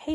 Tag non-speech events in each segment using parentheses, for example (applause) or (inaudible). hey,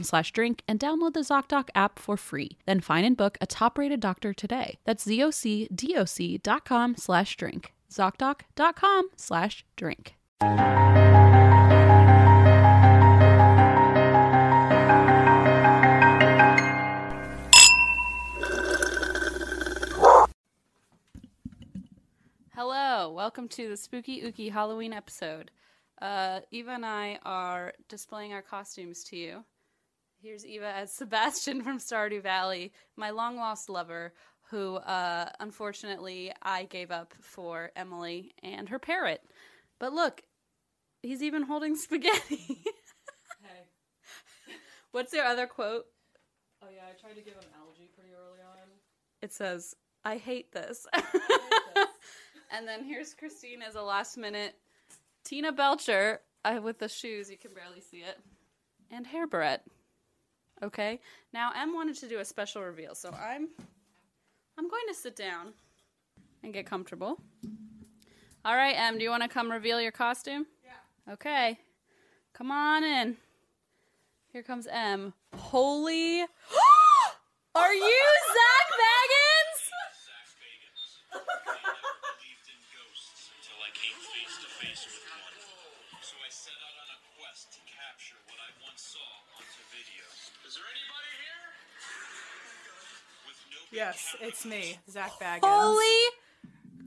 slash drink and download the ZocDoc app for free. Then find and book a top-rated doctor today. That's ZocDoc.com slash drink. ZocDoc.com slash drink. Hello, welcome to the Spooky Ookie Halloween episode. Uh, Eva and I are displaying our costumes to you. Here's Eva as (laughs) Sebastian from Stardew Valley, my long lost lover, who uh, unfortunately I gave up for Emily and her parrot. But look, he's even holding (laughs) spaghetti. Hey. What's their other quote? Oh yeah, I tried to give him algae pretty early on. It says, I hate this. and then here's Christine as a last minute Tina Belcher uh, with the shoes. You can barely see it. And hair barrette. Okay. Now Em wanted to do a special reveal, so I'm I'm going to sit down and get comfortable. All right, Em, do you want to come reveal your costume? Yeah. Okay. Come on in. Here comes Em. Holy Are you Zach Baggins? Zach Bagans. I never believed in ghosts until I came face to face with one. So I set out on a quest to capture what I once saw onto video. Is there anybody here? With no big Yes, (laughs) it's me, Zach Baggins. Holy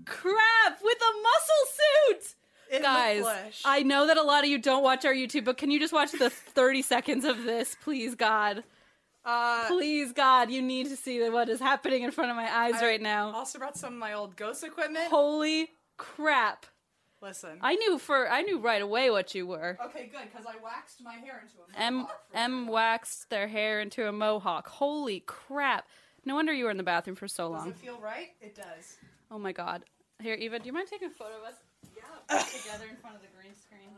crap! With a muscle suit! In the Guys, flesh. I know that a lot of you don't watch our YouTube, but can you just watch the 30 seconds of this, please, God? uh, Please, God, you need to see what is happening in front of my eyes I right now. Also brought some of my old ghost equipment. Holy crap! Listen. I knew for I knew right away what you were. okay, good, because I waxed my hair into a M mohawk for- M waxed their hair into a mohawk. Holy crap! No wonder you were in the bathroom for so Does long. it feel right? It (laughs) does. Oh my God! Here, Eva, do you mind taking a photo of us? Yeah, together in front of the green screen.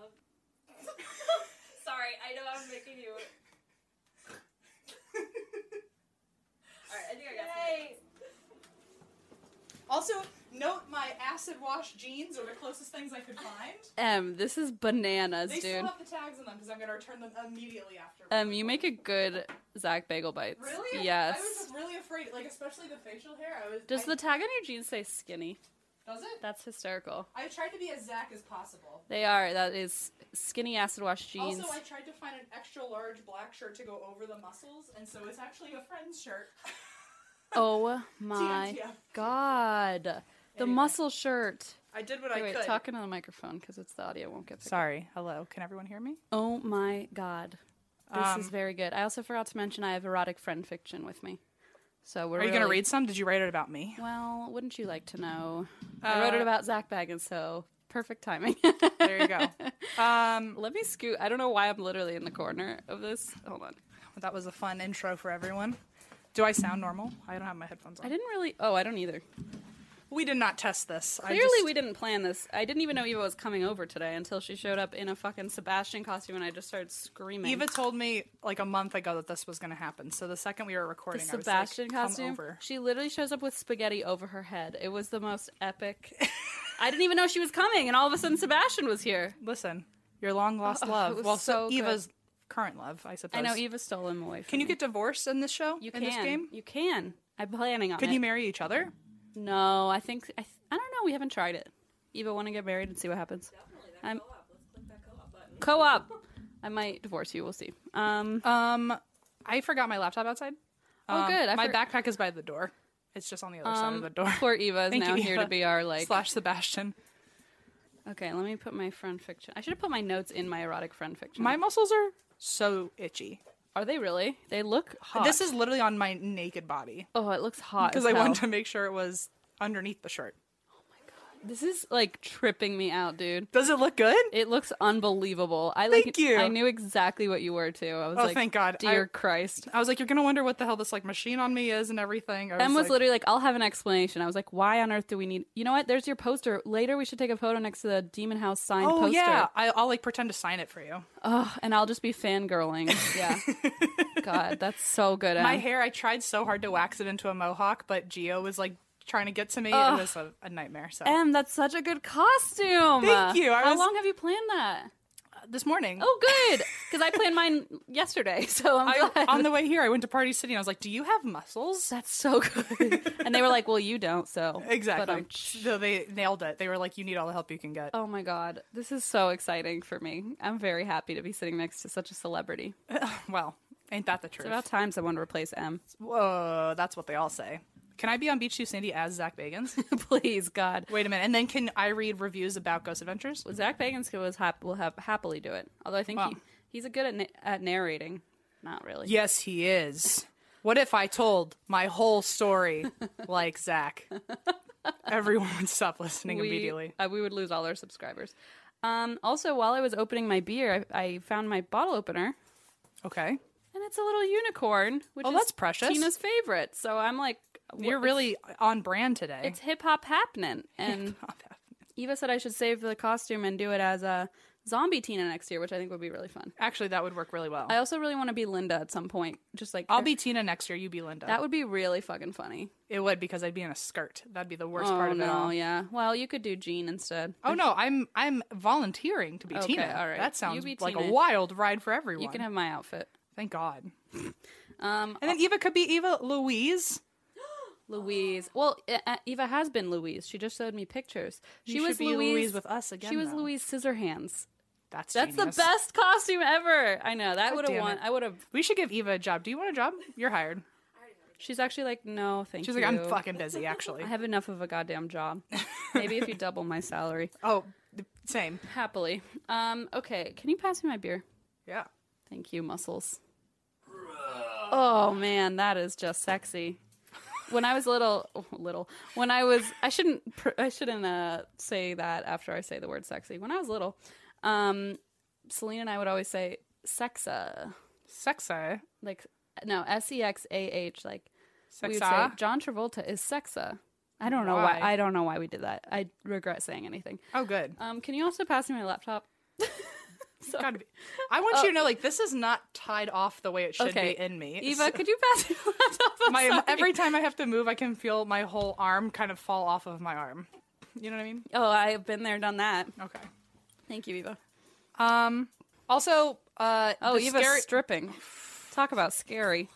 Sorry, I know I'm making you. All right, I think I got something. also, note my acid wash jeans are the closest things I could find. Um, Em, this is bananas, They dude. still have the tags on them because I'm gonna return them immediately after. Um, you make a good Zach Bagel Bites. really? Yes. I was just really afraid, like especially the facial hair. I was. Does I- the tag on your jeans say skinny? does it? That's hysterical. I tried to be as Zach as possible. They are. That is skinny acid wash jeans. Also, I tried to find an extra large black shirt to go over the muscles, and so (laughs) it's actually a friend's shirt. oh my TM. god. Oh The muscle shirt. I did what Hey, I wait, could. talking on the microphone because it's the audio won't get. picked up. Sorry. Hello. Can everyone hear me? Oh my god, this Um, is very good. I also forgot to mention I have erotic friend fiction with me. So we're Are you going to really- read some? Did you write it about me? Well, wouldn't you like to know? I Uh, wrote it about Zach Baggins, so perfect timing. (laughs) There you go. um, Let me scoot. I don't know why I'm literally in the corner of this. Hold on. that was a fun intro for everyone. Do I sound normal? I don't have my headphones I on. didn't really. Oh, I don't either. We did not test this. I Clearly, just- we didn't plan this. I didn't even know Eva was coming over today until she showed up in a fucking Sebastian costume, and I just started screaming. Eva told me like a month ago that this was going to happen. So the second we were the recording, I was like, Sebastian "Come costume. over." She literally shows up with spaghetti over her head. It was the most epic. (laughs) I didn't even know she was coming, and all of a sudden Sebastian was here. Listen, your long lost (laughs) Oh, it love. was Well, so so good. Eva's current love, I suppose. I know Eva stole him away. From Can you me. get divorced in this show? Um, You in can. this game? You can. I'm planning on Can it. you marry each other? no, I think I, th- I don't know. We haven't tried it. Eva, want to get married and see what happens? I'm- Co-op. I might divorce you. We'll see. Um, Um, I forgot my laptop outside. Oh, Um, good. I my for- backpack is by the door. It's just on the other side of the door. poor Eva is (laughs) Thank now you, here to Eva. be our like. Slash Sebastian. Okay, let me put my friend fiction. I should have put my notes in my erotic friend fiction. My muscles are so itchy. Are they really? They look hot. This is literally on my naked body Oh, it looks hot. because I wanted to make sure it was underneath the shirt. This is like tripping me out, dude. Does it look good? It looks unbelievable. I like. Thank you. I knew exactly what you were too. I was Oh, like, thank God. dear I- Christ. I was like, you're gonna wonder what the hell this like machine on me is and everything. I was Em was like, literally like, I'll have an explanation. I was like, why on earth do we need. You know what? There's your poster. Later, we should take a photo next to the Demon House signed Oh poster. yeah, I, I'll like pretend to sign it for you. Ugh, and I'll just be (laughs) fangirling. Yeah. God, that's so good. Em. My hair, I tried so hard to wax it into a mohawk, but Geo was like trying to get to me. It was a, a nightmare. So Em, that's such a good costume. Thank you. I How was- long have you planned that? this morning, Oh, good. Because I planned mine yesterday, (laughs) so I'm I, glad. on the way here, I went to Party City and I was like, "Do you have muscles?" That's so good. and they were like, "Well, you don't." So Exactly. But, um, so they nailed it. They were like, "You need all the help you can get." oh my god, this is so exciting for me. I'm very happy to be sitting next to such a celebrity. Well, ain't that the truth? It's about time someone replace M. Whoa, that's what they all say. Can I be on Beach Too Sandy as Zach (laughs) Bagans? Please, God. Wait a minute, and then can I read reviews about Ghost Adventures? Well, Zach Bagans could was hap- will have happily do it. Although I think Wow. he, he's a good at, na- at narrating. Not really. Yes, he is. What if I told my (laughs) whole story like Zach? Everyone would stop listening We- immediately. uh, we would lose all our subscribers. Um, also, while I was opening my beer, I, I found my bottle opener. Okay. And it's a little unicorn, which Oh, is that's precious. Tina's favorite. So I'm like, wh- You're really on brand today. (laughs) it's hip hop happening. And Eva said I should save the costume and do it as a zombie Tina next year, which I think would be really fun. Actually, that would work really well. I also really want to be Linda at some point. Just like I'll be Tina next year. You be Linda. that would be really fucking funny. it would because I'd be in a skirt. That'd be the worst oh part of it no, all. yeah. Well, you could do Jean instead. Oh no, I'm I'm volunteering to be Okay, Tina. all right. That You sounds be like Tina. a wild ride for everyone. You can have my outfit. Thank God. (laughs) Um, And then Eva could be Eva Louise. Louise. Well, uh, uh, Eva has been Louise. She just showed me pictures. She You should was be Louise, Louise with us again. She was though. Louise Scissorhands. That's That's genius. the best costume ever. I know that would have damn won. it. I would have. We should give Eva a job. Do you want a job? You're hired. She's actually like, no, thank She's you. like, I'm fucking busy, (laughs) actually. I have enough of a goddamn (laughs) job. Maybe if you double my salary, oh, th- same. happily. Um, okay. Can you pass me my beer? Yeah. Thank you, muscles. Oh man, that is just sexy. When I was little, (laughs) oh, little. When I was, I shouldn't, pr- I shouldn't uh, say that after I say the word sexy. When I was little, um, Selena and I would always say sexa, Sexa. like no, s e x a h. Like we would say Sexa. John Travolta is sexa. I don't know why. Why? I don't know why we did that. I regret saying anything. Oh, good. Um, can you also pass me my laptop? Gotta be. I want you to know, like, this is not tied off the way it should Okay. be in me. (laughs) Eva, could you pass me my laptop? I'm my, sorry. every time I have to move, I can feel my whole arm kind of fall off of my arm. You know what I mean? oh, I've been there, done that. Okay. Thank you, Eva. Um. Also, uh, Oh, the Eva's scary- stripping. Talk about (laughs) scary.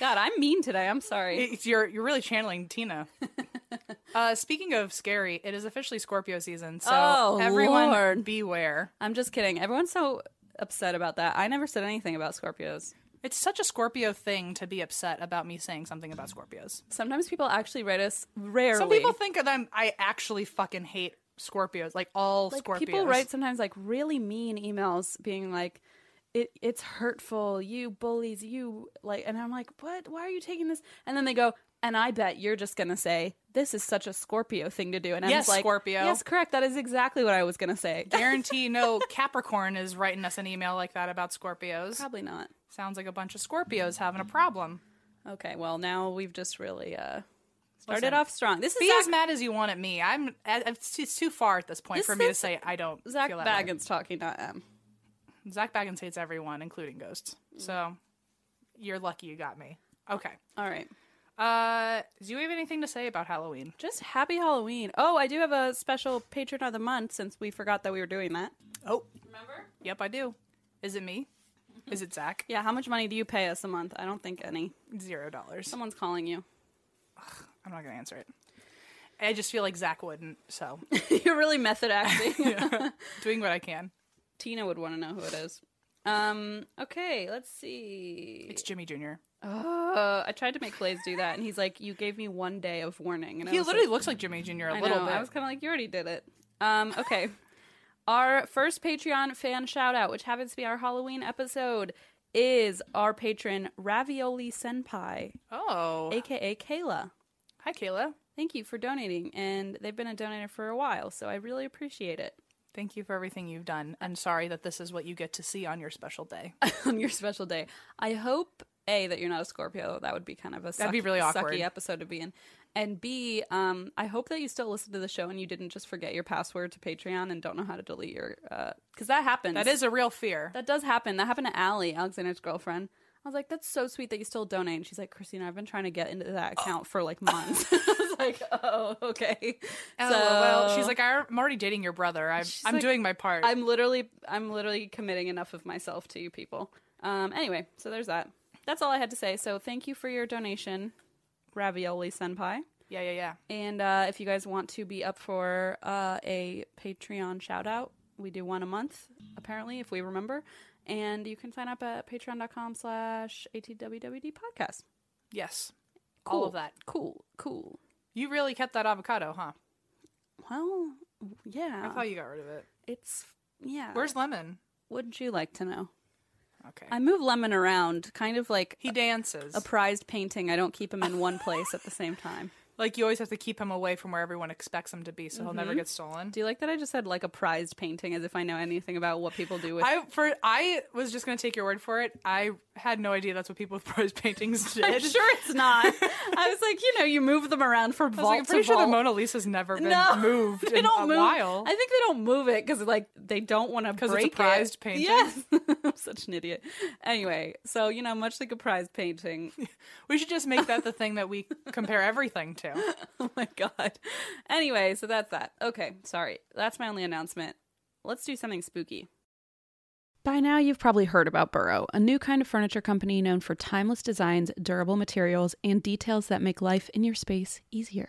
God, I'm mean today. I'm sorry. It's- you're you're really (laughs) channeling Tina. uh, speaking of scary, it is officially Scorpio season, so Oh, everyone Lord. beware. I'm just kidding. Everyone's so upset about that. I never said anything about Scorpios. It's such a Scorpio thing to be upset about me saying something about Scorpios. Sometimes people actually write us rarely. Some people think that I'm, I actually fucking hate Scorpios, like all like Scorpios. people write sometimes like really mean emails being like it, it's hurtful you bullies you like and i'm like what why are you taking this and then they go and i bet you're just gonna say this is such a scorpio thing to do and i'm Yes, just like Scorpio. yes correct that is exactly what i was gonna say (laughs) Guarantee no Capricorn is writing us an email like that about Scorpios. probably not Sounds like a bunch of Scorpios having a problem. okay well now we've just really uh started Listen, off strong this is Be zach, as mad as you want at me. I'm. I- It's too, it's too far at this point This for me to is say I don't. zach feel that way. baggins talking not em Zach Baggins hates everyone, including ghosts. So you're lucky you got me. Okay. all right Uh, do you have anything to say about Halloween? just happy halloween oh i do have a special patron of the month since we forgot that we were doing that Oh, remember yep, I do. Is it me? Is it Zach? (laughs) yeah how much money do you pay us a month i don't think any Zero dollars. someone's calling (laughs) you I'm not gonna answer it. I just feel like Zach wouldn't, (laughs) so You're really method (laughs) acting. doing what I can. Tina would want to know who it is. Um, okay, let's see. It's Jimmy Jr. Oh, I tried to make Blaze do that, and he's like, "You gave me one day of warning." And I He was literally like, looks like Jimmy Jr. a I little know. bit. I was kind of like, "You already did it." Um, okay. (laughs) our first Patreon fan shout out, which happens to be our Halloween episode, is our patron Ravioli Senpai, oh, aka Kayla. hi Kayla. Thank you for donating, and they've been a donator for a while, so I really appreciate it. Thank you for everything you've done. I'm sorry that this is what you get to see on your (laughs) special day. (coughs) on your special day. I hope a that you're not a Scorpio. That would be kind of a That'd be sucky- really awkward. sucky episode to be in. And b, um, I hope that you still listen to the show and you didn't just forget your password to Patreon and don't know how to delete your because that happens. That is a real fear. that does happen. That happened to Allie, Alexander's girlfriend. I was like, that's so sweet that you still donate. And she's like, Christina, I've been trying to get into that account for like months. (laughs) I was like, oh, okay. Oh, so well, she's like, I- I'm already dating your brother. I'm, I'm like, doing my part. I'm literally, I'm literally committing enough of myself to you people. Um, anyway, so there's that. That's all I had to say. So thank you for your donation, Ravioli Senpai. yeah, yeah, yeah. And uh, if you guys want to be up for uh, a Patreon shout out, we do one a month, apparently, if we remember. And you can sign up at patreon.com slash ATWWD podcast. Yes. All Cool. of that. Cool, cool. You really kept that avocado, huh? Oh. Well, I yeah. thought you got rid of it. it's, yeah. Where's Lemon? Wouldn't you like to know? Okay. I move Lemon around kind of like he dances. Uh, a prized painting. I don't keep him in one place at the same time. like, you always have to keep him away from where everyone expects him to be so he'll never get stolen. Mm-hmm. Do you like that I just said like a prized painting as if I know anything about what people do with I for I was just gonna take your word for it. I had no idea that's what people with (laughs) prose paintings (laughs) (laughs) did. I'm sure it's not. I was like, you know, you move them around from I vault was like, I'm pretty to sure the vault. Mona Lisa's never (laughs) been no, (laughs) moved they in don't a move. while. I think they don't move it because like they don't want to 'Cause it's a break prized it. painting? Yes, (laughs) I'm such an idiot. Anyway, so you know, much like a prized painting. we should just make that the thing that we compare everything to. (laughs) oh my god. Anyway, so that's that. Okay, sorry. That's my only announcement. Let's do something spooky. By now, you've probably heard about Burrow, a new kind of furniture company known for timeless designs, durable materials, and details that make life in your space easier.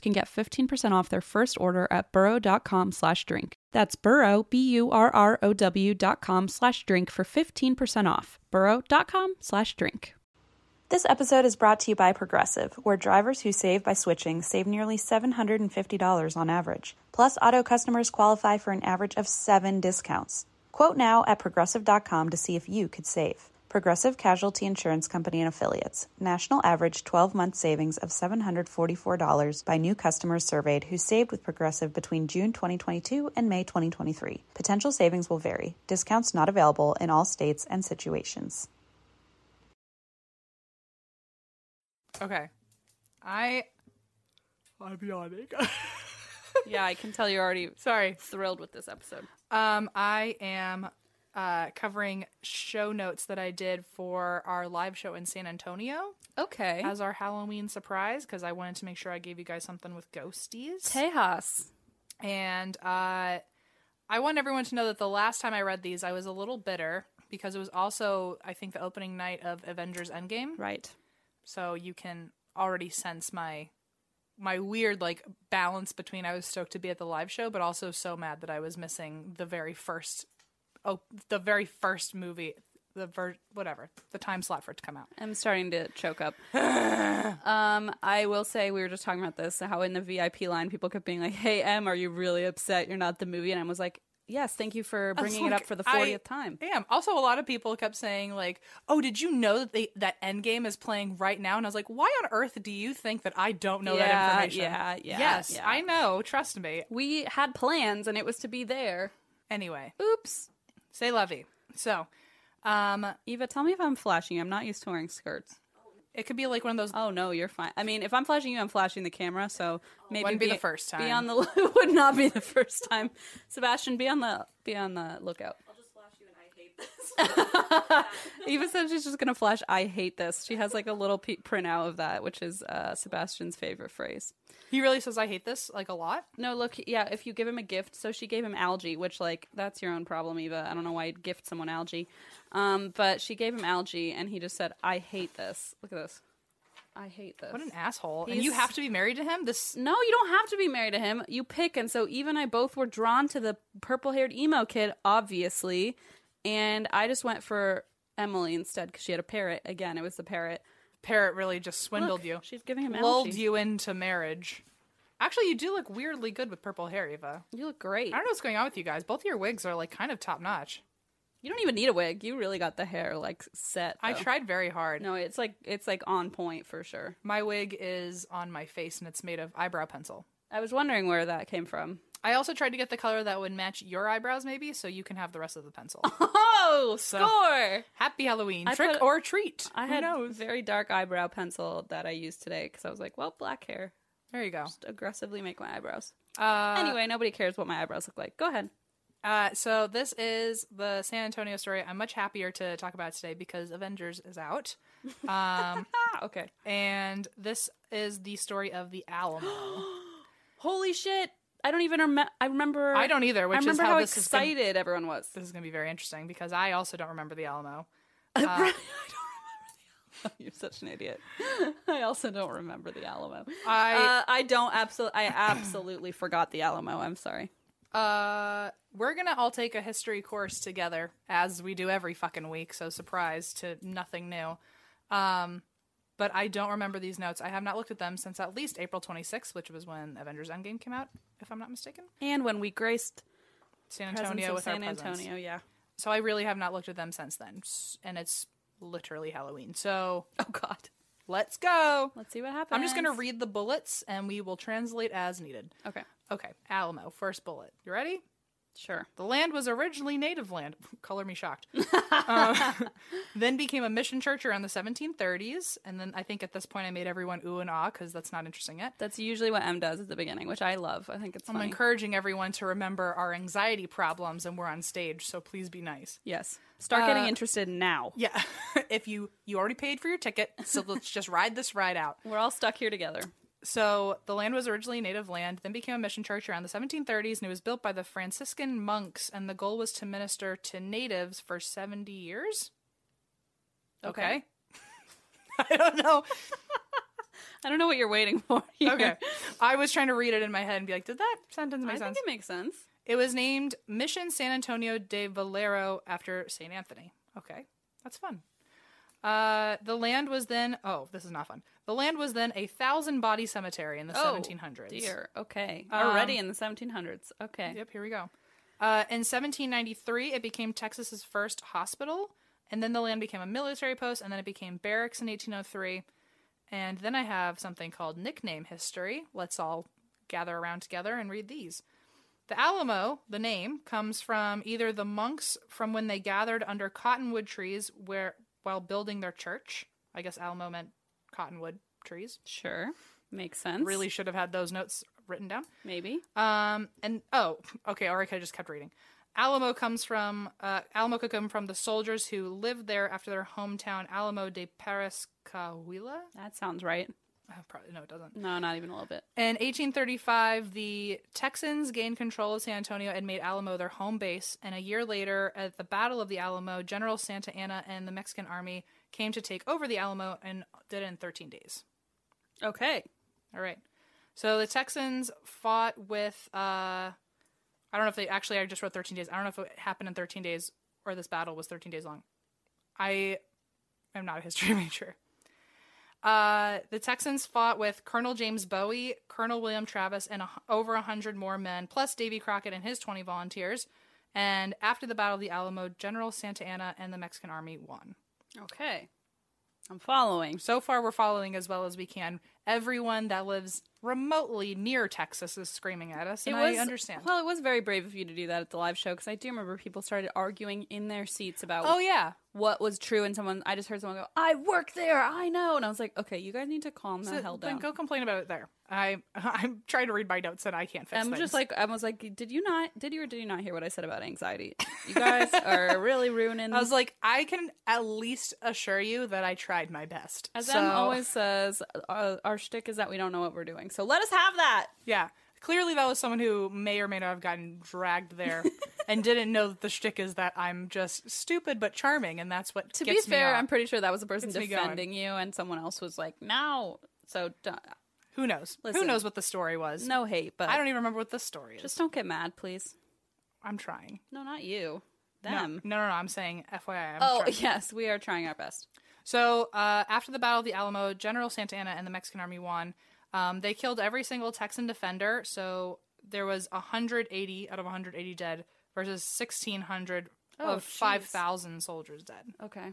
can get 15% off their first order at burrow.com slash drink. That's burrow, B-U-R-R-O-W dot com slash drink for 15% off. burrow.com slash drink. This episode is brought to you by Progressive, where drivers who save by switching save nearly $750 on average. Plus, auto customers qualify for an average of seven discounts. Quote now at progressive.com to see if you could save. Progressive Casualty Insurance Company and Affiliates. National average 12 month savings of $744 by new customers surveyed who saved with Progressive between June 2022 and May 2023. Potential savings will vary. Discounts not available in all states and situations. Okay. I. I'm yawning. Yeah, I can tell you're already Sorry. thrilled with this episode. Um, I am uh, covering show notes that I did for our live show in San Antonio Okay. as our Halloween surprise because I wanted to make sure I gave you guys something with ghosties. Tejas. And uh, I want everyone to know that the last time I read these, I was a little bitter because it was also, I think, the opening night of Avengers Endgame. Right. So you can already sense my my weird like balance between I was stoked to be at the live show, but also so mad that I was missing the very first oh the very first movie the ver- whatever the time slot for it to come out. I'm starting to choke (sighs) up. um, I will say we were just talking about this, how in the VIP line people kept being like, "Hey, Em, are you really upset you're not the movie?" And I was like, "Yes, thank you for was bringing it like, up for the I- 40th time." Damn. Also, a lot of people kept saying like, "Oh, did you know that they, that Endgame is playing right now?" And I was like, "Why on earth do you think that I don't know Yeah, that information?" yeah, yeah, Yes, yeah. I know. Trust me. We had plans, and it was to be there. Anyway, Oops. say lovey. So, um, Eva, tell me if I'm flashing. you. I'm not used to wearing skirts. it could be like one of those Oh no, you're fine. I mean, if I'm flashing you, I'm flashing the camera. So maybe Wouldn't be the first Be time. on the it (laughs) would not be the first time. Sebastian, be on the be on the lookout. I'll just flash you, and I hate this. (laughs) Eva said she's just gonna flash. I hate this. She has like a little pe- printout of that, which is uh, Sebastian's favorite phrase. He really says I hate this like a lot. No, look, yeah. If you give him a gift, so she gave him algae, which like that's your own problem, Eva. I don't know why you'd gift someone algae, um, but she gave him algae, and he just said, "I hate this." Look at this. I hate this. What an asshole. And He's- you have to be married to him? This No, you don't have to be married to him. You pick. And so Eve and I both were drawn to the purple haired emo kid, obviously. And I just went for Emily instead because she had a parrot. Again, it was the parrot. parrot really just swindled Look, you. She's giving him Lulled allergy. you into marriage. Actually, you do look weirdly good with purple hair, Eva. You look great. I don't know what's going on with you guys. Both of your wigs are like kind of top notch. You don't even need a wig. You really got the hair like set. I though. tried very hard. No, it's like it's like on point for sure. My wig is on my face and it's made of eyebrow pencil. I was wondering where that came (laughs) from. I also tried to get the color that would match your eyebrows, maybe, so you can have the rest of (laughs) the pencil. Oh, So- score! Happy Halloween. I Trick put- or treat. I Who had knows? very dark eyebrow pencil that I used today because I was like, well, black hair. There you go. Just aggressively make my eyebrows. Uh, anyway, nobody cares what my eyebrows look like. Go ahead. Uh, so this is the San Antonio story. I'm much happier to talk about today because Avengers is out, um, Ah, okay. and this is the story of the (gasps) Alamo. Holy shit! I don't even remember. I remember. I don't either, I which is remember how, how, this is gonna, excited everyone was. (laughs) this is going to be very interesting because I also don't remember the Alamo. You're such an idiot. (laughs) I also don't remember the Alamo. I uh, I don't absolutely. I absolutely forgot the Alamo. I'm sorry. uh, we're gonna all take a history course together as we do every fucking week. So surprise to nothing new. Um, but I don't remember these notes. I have not looked at them since at least April 26th, which was when Avengers Endgame came out, if I'm not mistaken. And when we graced San presence Antonio of with San our presence. Antonio, yeah. So I really have not looked at them since then, S- and it's literally Halloween. So (laughs) Oh God. let's go. Let's see what happens. I'm just gonna read the bullets, and we will translate as needed. Okay. Okay, Alamo, first bullet. You ready? Sure. The land was originally native land. (laughs) Color me shocked. Um, (laughs) then became a mission church around the 1730s, and then I think at this point I made everyone ooh and ah because that's not interesting yet. That's usually what M does at the beginning, which I love. I think it's I'm funny. encouraging everyone to remember our anxiety problems, and we're on stage, so please be nice. yes. Uh, Start getting interested now. Yeah. (laughs) if you you already paid for your ticket, so let's just ride this ride out. We're all stuck here together. So the land was originally native land, then became a mission church around the 1730s, and it was built by the Franciscan monks, and the goal was to minister to natives for 70 years. Okay. (laughs) I don't know. I don't know what you're waiting (laughs) for. here. Okay. (laughs) I was trying to read it in my head and be like, did that sentence make I sense? think it makes sense. It was named Mission San Antonio de Valero after St. Anthony. Okay, that's fun. Uh, the land was then, oh, this is not fun. The land was then a thousand body cemetery in the 1700s. Oh, Dear. Okay. Already in the 1700s. Okay. Yep, here we go. Uh, in 1793, it became Texas's first hospital, And then the land became a military post, and then it became barracks in 1803. And then I have something called nickname history. Let's all gather around together and read these. The Alamo, the name, comes from either the monks from when they gathered under cottonwood trees where while building their church. I guess Alamo meant cottonwood trees. Sure. Makes sense. Really should have had those notes written down. Maybe. Um, and oh, okay, or I could have just kept reading. Alamo comes from uh, Alamo could come from the soldiers who lived there after their hometown Alamo de Paris Cahuila. That sounds right. Oh, probably no, it doesn't. No, not even a little bit. In 1835, the Texans gained control of San Antonio and made Alamo their home base. And a year later, at the Battle of the Alamo, General Santa Anna and the Mexican Army came to take over the Alamo and did it in 13 days. Okay. All right. So the Texans fought with, uh, I don't know if they actually, I just wrote 13 days. I don't know if it happened in 13 days or this battle was 13 days long. I am not a history (laughs) major. Uh, the Texans fought with Colonel James Bowie, Colonel William Travis, and a, over 100 more men, plus Davy Crockett and his 20 volunteers. And after the Battle of the Alamo, General Santa Anna and the Mexican Army won. Okay. I'm following. So far, we're following as well as we can. Everyone that lives remotely near Texas is screaming at us, and I understand. Well, it was very brave of you to do that at the live show because I do remember people started arguing in their seats about oh yeah, what was true, and someone I just heard someone go, "I work there, I know," and I was like, "Okay, you guys need to calm the So hell then down." go complain about it there. I (laughs) I'm trying to read my notes and I can't fix. I'm things. just like I was like, did you not? Did you or did you not hear what I said about anxiety? (laughs) You guys are really ruining. I was like, I can at least assure you that I tried my best. As so, Em always says, our, our shtick is that we don't know what we're doing. So let us have that. yeah. Clearly, that was someone who may or may not have gotten (laughs) dragged there and didn't know that the shtick is that I'm just stupid but charming, and that's what To gets be me fair, off. I'm pretty sure that was the person Gets me going. defending you, and someone else was like, "No." So d- who knows? Listen. who knows what the story was? no hate, but I don't even remember what the story is. just don't get mad, please. I'm trying. No, not you. No, Them. No, no, no. I'm saying FYI. I'm Oh trying. (laughs) yes, we are trying our best. So uh, after the Battle of the Alamo, General Santa Anna and the Mexican Army won. Um, they killed every single Texan defender. So there was 180 out of 180 dead versus 1,600 Oh, of 5,000 soldiers dead. Okay.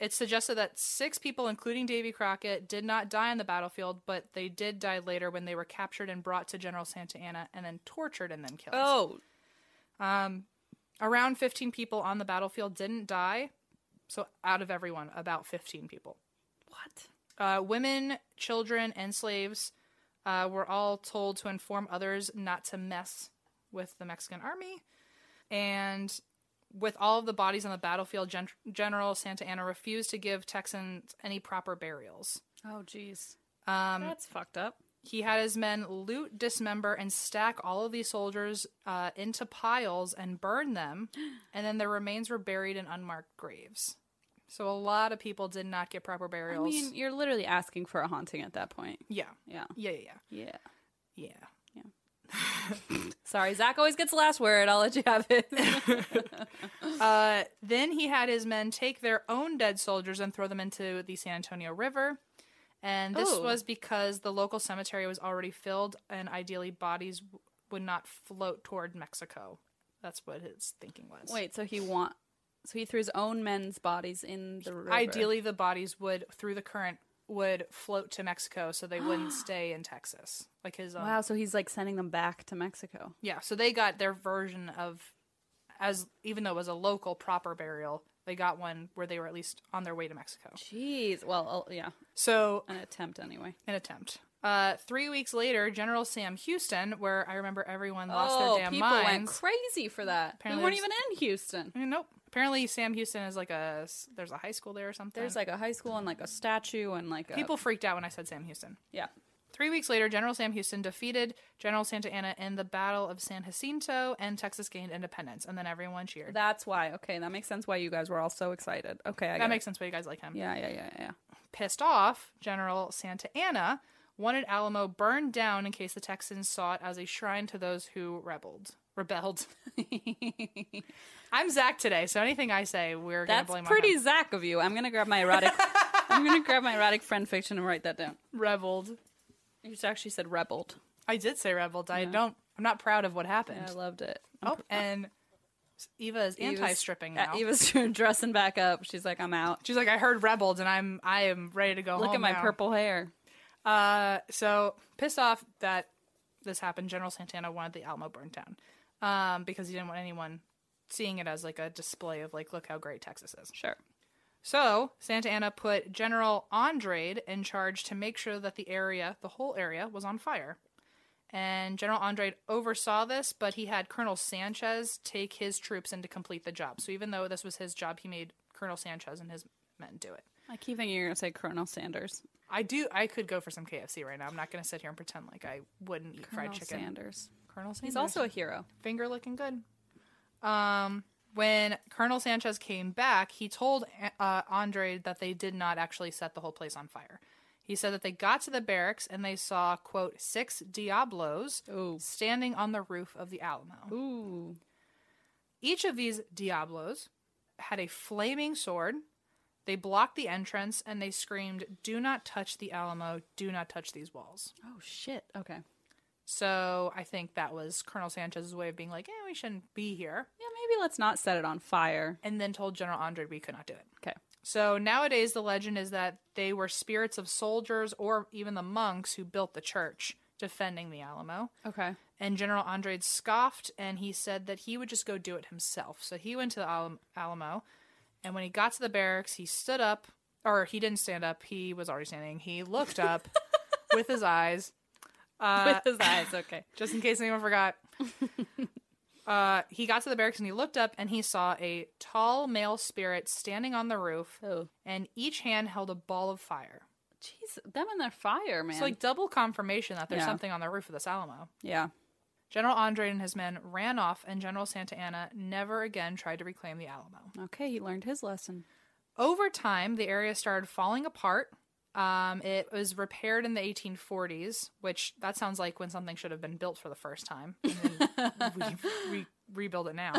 It's suggested that six people, including Davy Crockett, did not die on the battlefield, but they did die later when they were captured and brought to General Santa Anna and then tortured and then killed. Oh, Um, around 15 people on the battlefield didn't die. So out of everyone, about 15 people. what? Uh, women, children, and slaves uh, were all told to inform others not to mess with the Mexican army. And with all of the bodies on the battlefield, Gen- General Santa Anna refused to give Texans any proper burials. Oh, jeez. Um, That's fucked up. he had his men loot, dismember, and stack all of these soldiers uh, into piles and (gasps) burn them, and then their remains were buried in unmarked graves. So a lot of people did not get proper I burials. mean, you're literally asking for a haunting at that point. yeah, Yeah. yeah, yeah, yeah. Yeah. Yeah. Sorry, Zach always gets the last word. I'll let you have it. Uh, then he had his men take their own dead soldiers and throw them into the San Antonio River. And this Ooh. was because the local cemetery was already filled, and ideally, bodies w- would not float toward Mexico. That's what his thinking was. (laughs) Wait, so he want? So he threw his own men's bodies in the river. Ideally, the bodies would, through the current, would float to Mexico so (gasps) they wouldn't stay in Texas. Like his own. Wow. So he's like sending them back to Mexico. Yeah, so they got their version of, as even though it was a local proper burial, they got one where they were at least on their way to Mexico. Jeez. Well, uh, yeah, So an attempt anyway. an attempt. Uh, three weeks later, General Sam Houston, where I remember everyone lost their damn Oh, people went minds. crazy for that. Apparently we weren't there's- even in Houston. Mm, nope. Apparently, Sam Houston is like a s- there's a high school there or something. There's like a high school and like a statue and like a, people freaked out when I said Sam Houston. Yeah. Three weeks later, General Sam Houston defeated General Santa Anna in the Battle of San Jacinto, and Texas gained independence. And then everyone cheered. That, That's why. Okay, that makes sense. Why you guys were all so excited. Okay, I get makes sense. Why you guys like him? It. Yeah, yeah, yeah, yeah. Pissed off, General Santa Anna wanted Alamo burned down in case the Texans saw it as a shrine to those who rebelled. Rebelled. (laughs) I'm Zach today, so anything I say, we're That's gonna blame pretty on him. Zach of you. I'm gonna grab my (laughs) erotic. I'm gonna grab my erotic friend fiction and write that down. Reveled. You just actually said rebelled. I did say reveled. I don't. I'm not proud of what happened. (laughs) I loved it. oh, and Eva is anti stripping now. Uh, Eva's (laughs) dressing back up. She's like, I'm out. She's like, I heard Rebels, and I'm I am ready to go. Look home at my now." purple hair. Uh, so pissed off that this happened. General Santana wanted the Alamo burned down, um, because he didn't want anyone seeing it as like a display of like, look how great Texas is. Sure. So Santa Anna put General Andrade in charge to make sure that the area, the whole area, was on fire. And General Andrade oversaw this, but he had Colonel Sanchez take his troops in to complete the job. So even though this was his job, he made Colonel Sanchez and his men do it. I keep thinking you're gonna say Colonel Sanders. I do. I could go for some KFC right now. I'm not going to sit here and pretend like I wouldn't eat Colonel fried chicken. Sanders. Colonel Sanders. He's also a hero. finger looking good. Um, when Colonel Sanchez came back, he told uh, Andre that they did not actually set the whole place on fire. He said that they got to the barracks and they saw, quote, six Diablos standing on the roof of the Alamo. Ooh. Each of these Diablos had a flaming sword. They blocked the entrance and they screamed, Do not touch the Alamo, do not touch these walls. Oh shit. Okay. So I think that was Colonel Sanchez's way of being like, Yeah, we shouldn't be here. Yeah, maybe let's not set it on fire. and then told General Andre we could not do it. Okay. So nowadays, the legend is that they were spirits of soldiers or even the monks who built the church defending the Alamo. Okay. And General Andre scoffed and he said that he would just go do it himself. So he went to the Alam- Alamo, and when he got to the barracks, he stood up, or he didn't stand up, he was already standing. He looked up with his eyes. Uh, (laughs) With his eyes. Okay. just in case anyone forgot. uh, he got to the barracks and he looked up and he saw a tall male spirit standing on the roof, (laughs) Oh, and each hand held a ball of fire. jeez, them and their fire, man. It's like double confirmation that there's Yeah. something on the roof of this Alamo. yeah. General Andre and his men ran off, and General Santa Anna never again tried to reclaim the Alamo. Okay, he learned his lesson. Over time, the area started falling apart. Um, it was repaired in the 1840s, which that sounds like when something should have been built for the first time. And then we, (laughs) we rebuild (laughs) it now.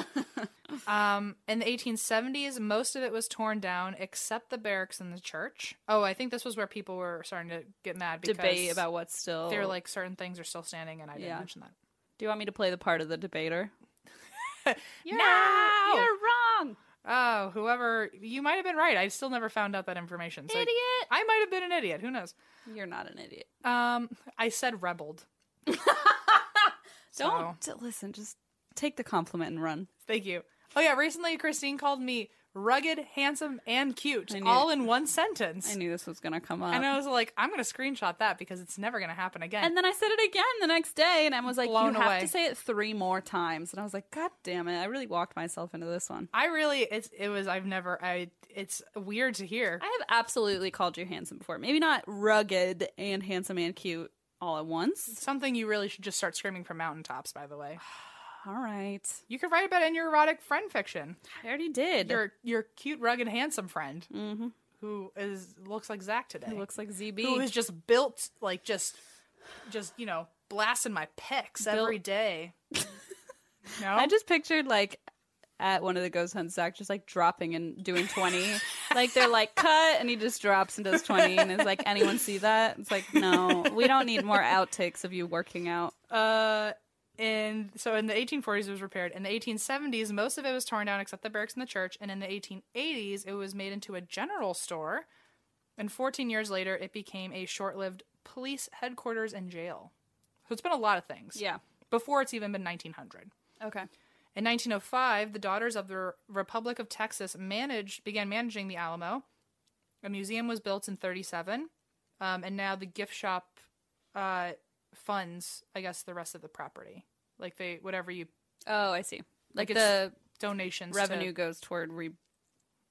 Um, in the 1870s, most of it was torn down except the barracks and the church. Oh, I think this was where people were starting to get mad because Debate about what's still. they're like certain things are still standing, and I didn't Yeah. mention that. Do you want me to play the part of the debater? You're, You're wrong, Oh, whoever you might have been right. I still never found out that information. So idiot. I might have been an idiot. Who knows? You're not an idiot. Um, I said rebelled. So- Don't d- listen. Just take the compliment and run. Thank you. Oh yeah, recently Christine called me rugged, handsome, and cute, I knew- all in one sentence. I knew this was gonna come up. And I was like, I'm gonna screenshot that because it's never gonna happen again. And then I said it again the next day, and I was like, Blown "You have away. to say it three more times." And I was like, "God damn it! I really walked myself into this one." I really, it's it was. I've never. I. It's weird to hear. I have absolutely called you handsome before. Maybe not rugged and handsome and cute all at once. Something you really should just start screaming from mountaintops. By the way, All right, you could write about it in your erotic friend fiction. I already did. Your your cute, rugged, handsome friend who is looks like Zach today. it Mm-hmm. looks like ZB. who is just built like just just you know blasting my pecs (laughs) every day no I just pictured like at one of the ghost hunts, Zach just like dropping and doing (laughs) twenty. like they're like cut, and he just drops and does twenty, and it's like, anyone see that? It's like, no, we don't need more outtakes of you working out. uh and so in the 1840s it was repaired in the 1870s most of it was torn down except the barracks and the church and in the 1880s it was made into a general store and 14 years later it became a short-lived police headquarters and jail so it's been a lot of things Yeah. before it's even been 1900 Okay. In 1905, the Daughters of the Republic of Texas managed began managing the Alamo. A museum was built in 37, um, and now the gift shop uh, funds, I guess, the rest of the property. Like they, whatever you Oh, I see. Like, Like the it's- donations to- revenue goes toward re-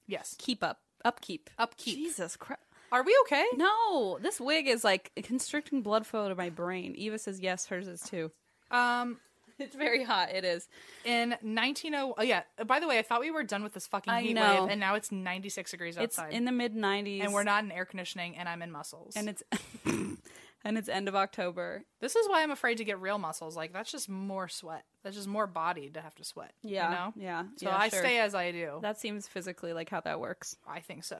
yes, keep up, upkeep, Upkeep. Jesus Christ. are we okay? No, this wig is like constricting blood flow to my brain. Eva says yes, hers is too. Um, (laughs) It's very hot. It is. in 190, oh yeah. By the way, I thought we were done with this fucking I heat know. wave, and now it's 96 degrees It's outside, in the mid nineties, and we're not in air conditioning, and I'm in muscles. And it's (laughs) and it's end of October. This is why I'm afraid to get real muscles. Like that's just more sweat. That's just more body to have to sweat. Yeah, You know? yeah. So yeah, I sure. stay as I do. That Mm-hmm. seems physically like how that works. (laughs) I think so.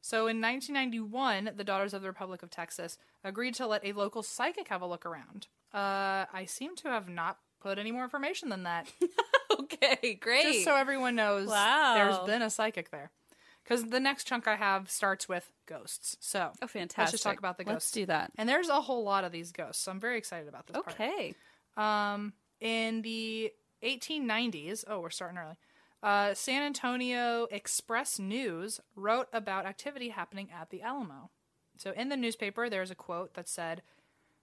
So in 1991, the Daughters of the Republic of Texas agreed to let a local (laughs) psychic have a look around. Uh, I seem to have not put any more information than that. Okay. Okay, great. Just so everyone knows, Wow. there's been a psychic there. Because the next chunk I have starts with ghosts. So oh, fantastic. let's just talk about the Let's ghosts. do that. And there's a whole lot of these ghosts, so I'm very excited about this. part. Okay. Um, in the 1890s, oh, we're starting early. Uh, San Antonio Express News wrote about activity happening at the Alamo. So in the newspaper, there's a quote that said,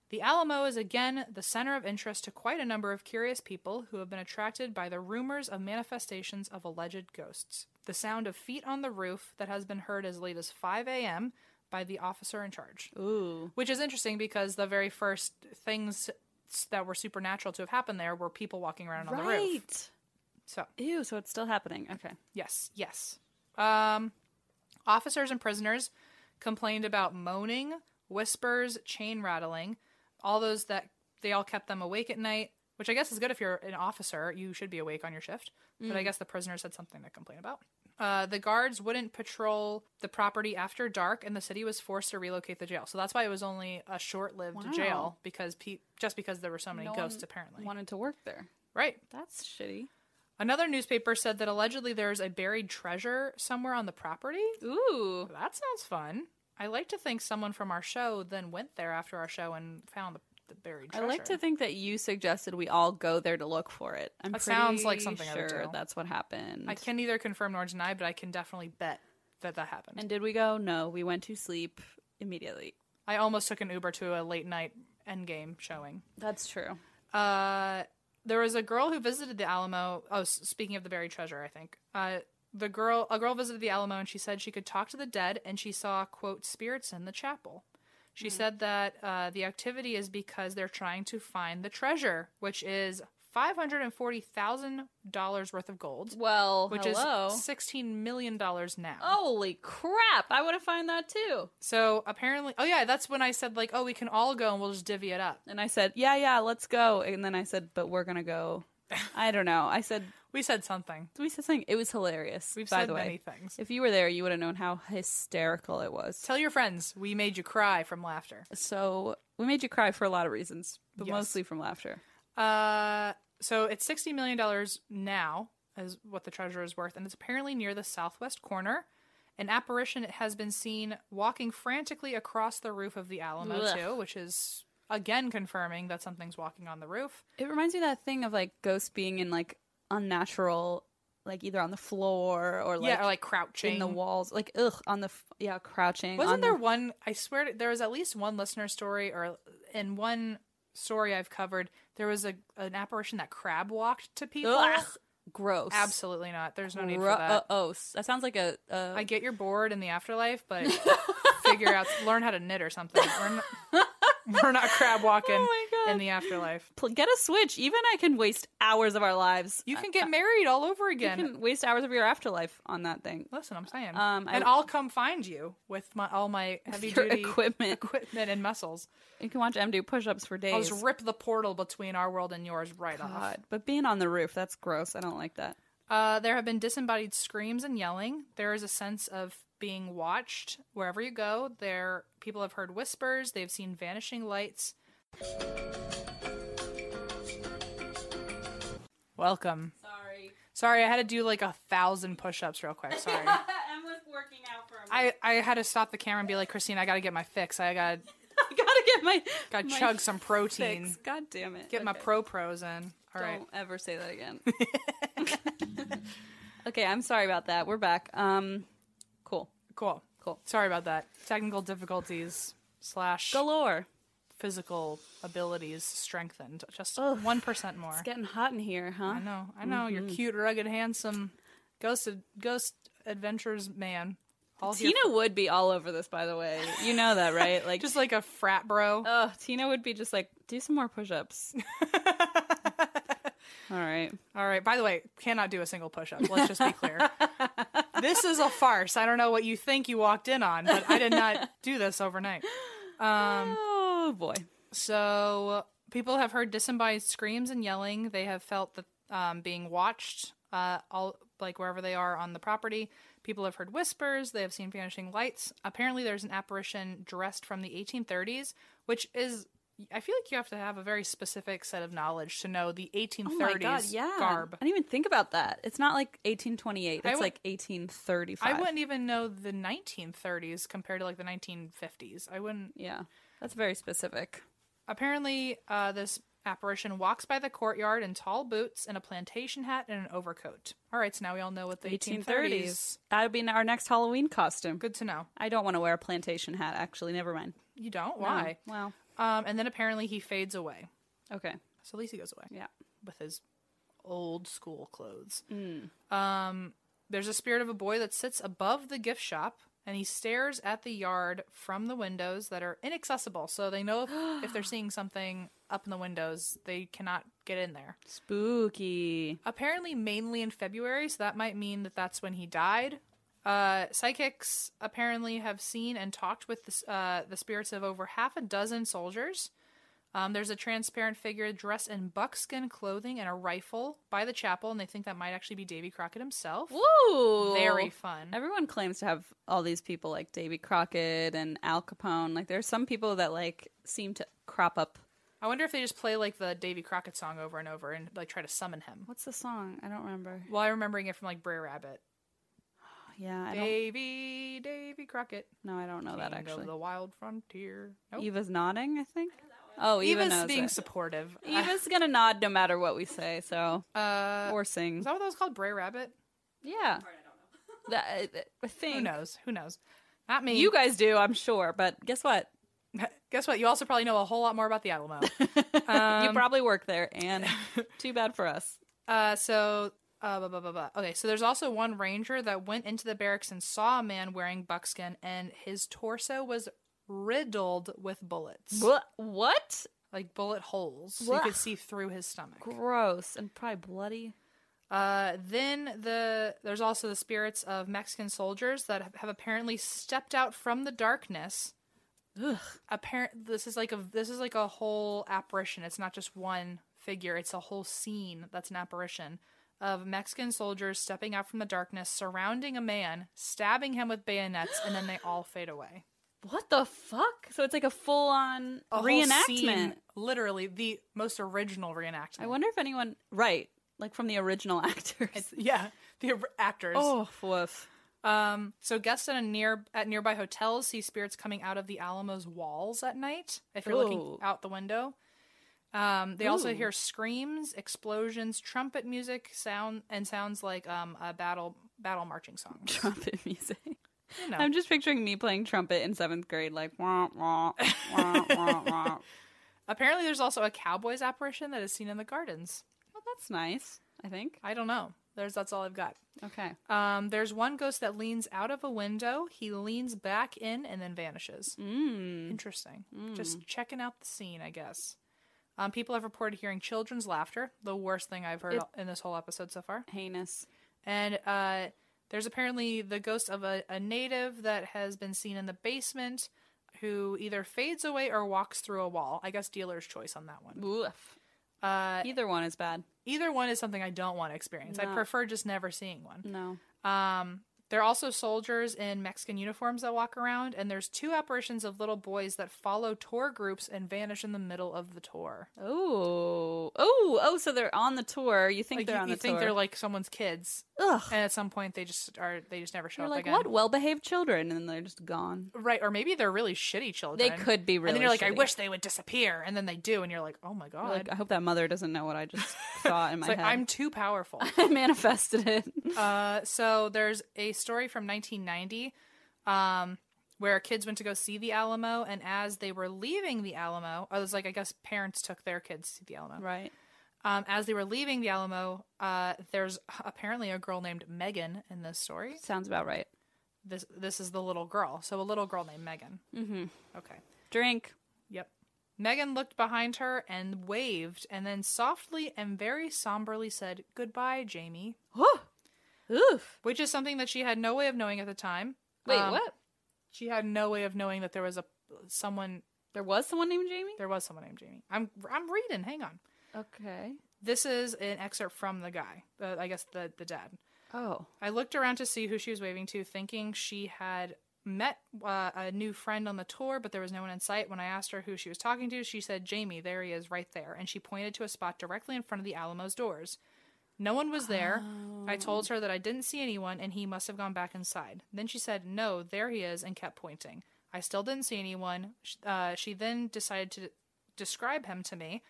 "The Alamo is again the center of interest to quite a number of curious people who have been attracted by the rumors of manifestations of alleged ghosts. The sound of feet on the roof that has been heard as late as 5 a.m." by the officer in charge Ooh. which is interesting because the very first things s- that were supernatural to have happened there were people walking around on the roof. Right. So, Ew, so it's still happening. Okay. yes, yes. Um, officers and prisoners complained about moaning, whispers, chain rattling, all those that they all kept them awake at night, which I guess is good if you're an officer. You should be awake on your shift. But Mm. I guess the prisoners had something to complain about. Uh, the guards wouldn't patrol the property after dark, and the city was forced to relocate the jail. So that's why it was only a short-lived jail because pe- just because there were so many No ghosts, one apparently. Wanted to work there. right. That's shitty. Another newspaper said that allegedly there's a buried treasure somewhere on the property. Ooh. That sounds fun. I like to think someone from our show then went there after our show and found the, the buried I treasure. like to think that you suggested we all go there to look for it. I'm That pretty sounds like something I would sure do. that's what happened. I can neither confirm nor deny, but I can definitely bet that that happened. And did we go? No, we went to sleep immediately. I almost took an Uber to a late night Endgame showing. That's true. Uh, there was a girl who visited the Alamo. Oh, s- speaking of the buried treasure, I think uh, the girl a girl visited the Alamo and she said she could talk to the dead and she saw quote spirits in the chapel. She Hmm. said that uh, the activity is because they're trying to find the treasure, which is five hundred and forty thousand dollars worth of gold, Well, which hello. Oh. is sixteen million dollars now. Holy crap! I would have found that too. So apparently, oh yeah, that's when I said like, oh, we can all go and we'll just divvy it up. And I said, "Yeah, yeah, let's go." And then I said, "But we're gonna (laughs) go." I don't know. I said, We said something. "We said something." It was hilarious. We've by said the way, many things. if you were there, you would have known how hysterical it was. Tell your friends we made you cry from laughter. So we made you cry for a lot of reasons, but Yes. mostly from laughter. Uh, so it's sixty million dollars now, is what the treasure is worth, and it's apparently near the southwest corner. An apparition has been seen walking frantically across the roof of the Alamo Ugh. too, which is again confirming that something's walking on the roof. It reminds me of that thing of like ghosts being in like unnatural, like either on the floor or like, yeah, or like crouching in the walls, like ugh, on the f- yeah, crouching. on Wasn't there the- one? I swear to- there was at least one listener story, or in one story I've covered, there was a an apparition that crab walked to people. Ugh, gross? Absolutely not. There's no need for Gro- that. uh, oh, s- that sounds like a. Uh, I get you're bored in the afterlife, (laughs) but figure out, learn how to knit or something. We're not, (laughs) we're not crab walking Oh my God. in the afterlife. pl- get a switch. Even I can waste hours of our lives. You can get married all over You again. can waste hours of your afterlife on that thing. Listen, I'm saying, Um, I- and I'll come find you with my all my heavy Your duty equipment. equipment and muscles. You can watch M do push-ups for I'll days. just rip the portal between our world and yours right off. God, but being on the roof, that's gross. I don't like that. Uh, there have been disembodied screams and yelling. There is a sense of being watched wherever you go. There, people have heard whispers. They've seen vanishing lights. Welcome. Sorry, Sorry, I had to do like a thousand push-ups real quick. (laughs) Sorry, (laughs) M was working out (laughs) for a minute. I I had to stop the camera and be like, Christine, I got to get my fix. I got I gotta get my got to my (laughs) chug some protein. fix. God damn it! Get my Okay. pro pros in. All right. Don't ever say that again. (laughs) okay, I'm sorry about that. We're back. Um, cool. Cool. Cool. Sorry about that. Technical difficulties slash Galore. physical abilities strengthened. Just one percent more. It's getting hot in here, huh? I know. I know. Mm-hmm. You're cute, rugged, handsome, ghost ghost adventures man. All here Tina would be all over this, by the way. You know that, right? for- Like, (laughs) just like a frat bro. oh, Tina would be just like, do some more (laughs) push-ups. all right. All right. By the way, cannot do a single push up. Let's just be (laughs) clear. this is a farce. I don't know what you think you walked in on, but I did not do this overnight. oh boy. So people have heard disembodied screams and yelling. They have felt that um, being watched, uh, all like wherever they are on the property. People have heard whispers. They have seen vanishing lights. Apparently, there's an apparition dressed from the 1830s, which is I feel like you have to have a very specific set of knowledge to know the 1830s Oh my god, yeah. garb. I didn't even think about that. It's not like 1828. It's I would- like 1835. I wouldn't even know the 1930s compared to like the 1950s. I wouldn't. Yeah, that's very specific. Apparently, uh, this apparition walks by the courtyard in tall boots and a plantation hat and an overcoat. All right, so now we all know what the 1830s. 1830s. That would be our next Halloween costume. Good to know. I don't want to wear a plantation hat. Actually, never mind. You don't? Why? No. Well, Um, and then apparently he fades away. okay. So at least he goes away. Yeah. with his old school clothes. Mm. Um, there's a spirit of a boy that sits above the gift shop and he stares at the yard from the windows that are inaccessible. So they know (gasps) if, if they're seeing something up in the windows, they cannot get in there. Spooky. Apparently, mainly in February, so that might mean that that's when he died. Uh, psychics apparently have seen and talked with the, s- uh, the spirits of over half a dozen soldiers. Um, there's a transparent figure dressed in buckskin clothing and a rifle by the chapel, and they think that might actually be Davy Crockett himself. Woo! Very fun. Everyone claims to have all these people like Davy Crockett and Al Capone. Like there's some people that like seem to crop up. I wonder if they just play like the Davy Crockett song over and over and like try to summon him. What's the song? I don't remember. Well, I'm remembering it from like Brer Rabbit. Yeah, I don't. Davy, Davy Crockett. No, I don't know that king of actually. The wild frontier. Nope. Eva's nodding, I think. Oh, Eva Eva's knows being it. supportive. (laughs) (laughs) Eva's gonna nod no matter what we say, so Uh, or is sing. that what that was called? Brer Rabbit? Yeah, (laughs) that I think Who knows? Who knows? Not me. you guys do, I'm sure. But guess what? (laughs) guess what? You also probably know a whole lot more about the (laughs) Alamo. you probably work there, (laughs) and too bad for us. uh, so, uh, blah, blah, blah, blah. okay. So there's also one ranger that went into the barracks and saw a man wearing buckskin, and his torso was riddled with bullets, Blah. What? like bullet holes, so you could see through his stomach. Gross and probably bloody. Uh, then the there's also the spirits of Mexican soldiers that have, have apparently stepped out from the darkness. Ugh. Apparent. This is like a this is like a whole apparition. It's not just one figure. It's a whole scene that's an apparition of Mexican soldiers stepping out from the darkness, surrounding a man, stabbing him with bayonets, and then they (gasps) all fade away. What the fuck? So it's like a full on A whole reenactment. scene, literally the most original reenactment. I wonder if anyone right, like from the original (laughs) actors. yeah, the or- actors. Oh, woof. Um, so guests at a near at nearby hotels see spirits coming out of the Alamo's walls at night. If you're looking Ooh. out the window, um, they also hear screams, explosions, trumpet music, sound, and sounds like um, a battle battle marching song. Trumpet music. You know. I'm just picturing me playing trumpet in seventh grade, like wah wah (laughs) wah wah wah. Apparently, there's also a cowboy's apparition that is seen in the gardens. Well, that's nice. I think. I don't know. There's that's all I've got. Okay. Um, there's one ghost that leans out of a window. He leans back in and then vanishes. Mm. Interesting. Just checking out the scene, I guess. Um, people have reported hearing children's laughter, the worst thing I've heard It- in this whole episode so far. Heinous. And uh, there's apparently the ghost of a, a native that has been seen in the basement who either fades away or walks through a wall. I guess dealer's choice on that one. Woof. Uh, Either one is bad. either one is something I don't want to experience. I No. prefer just never seeing one. No. Um, there are also soldiers in Mexican uniforms that walk around, and there's two apparitions of little boys that follow tour groups and vanish in the middle of the tour. Oh. Oh. Oh. So they're on the tour. You think Like they're you, on you the think tour? they're like someone's kids, Ugh. and at some point they just are they just never show They're up like again. what well-behaved children, and they're just gone. Right, or maybe they're really shitty children. They could be really. and then you're like, I shitty. wish they would disappear, and then they do, and you're like, oh my You're god, Like, I hope that mother doesn't know what I (laughs) just thought in my it's like head. I'm (laughs) too powerful. I manifested it. Uh, so there's a story from 1990 um, where kids went to go see the Alamo, and as they were leaving the Alamo, I was like, I guess parents took their kids to the (laughs) Alamo. right. Um, as they were leaving the Alamo, uh, there's apparently a girl named Megan in this story. Sounds about right. This this is the little girl, so a little girl named Megan. Mm-hmm. Okay. Drink. Yep. Megan looked behind her and waved, and then softly and very somberly said, "Goodbye, Jamie," Oof. which is something that she had no way of knowing at the time. Wait, Um, what? she had no way of knowing that there was a someone There was someone named Jamie. there was someone named Jamie. I'm I'm reading. Hang on. Okay. This is an excerpt from the guy. Uh, I guess the the dad. Oh. I looked around to see who she was waving to, thinking she had met uh, a new friend on the tour, but there was no one in sight. When I asked her who she was talking to, she said, Jamie, there he is right there. And she pointed to a spot directly in front of the Alamo's doors. No one was there. I told her that I didn't see anyone and he must have gone back inside. Then she said, No, there he is, and kept pointing. I still didn't see anyone. Sh- Uh, she then decided to describe him to me.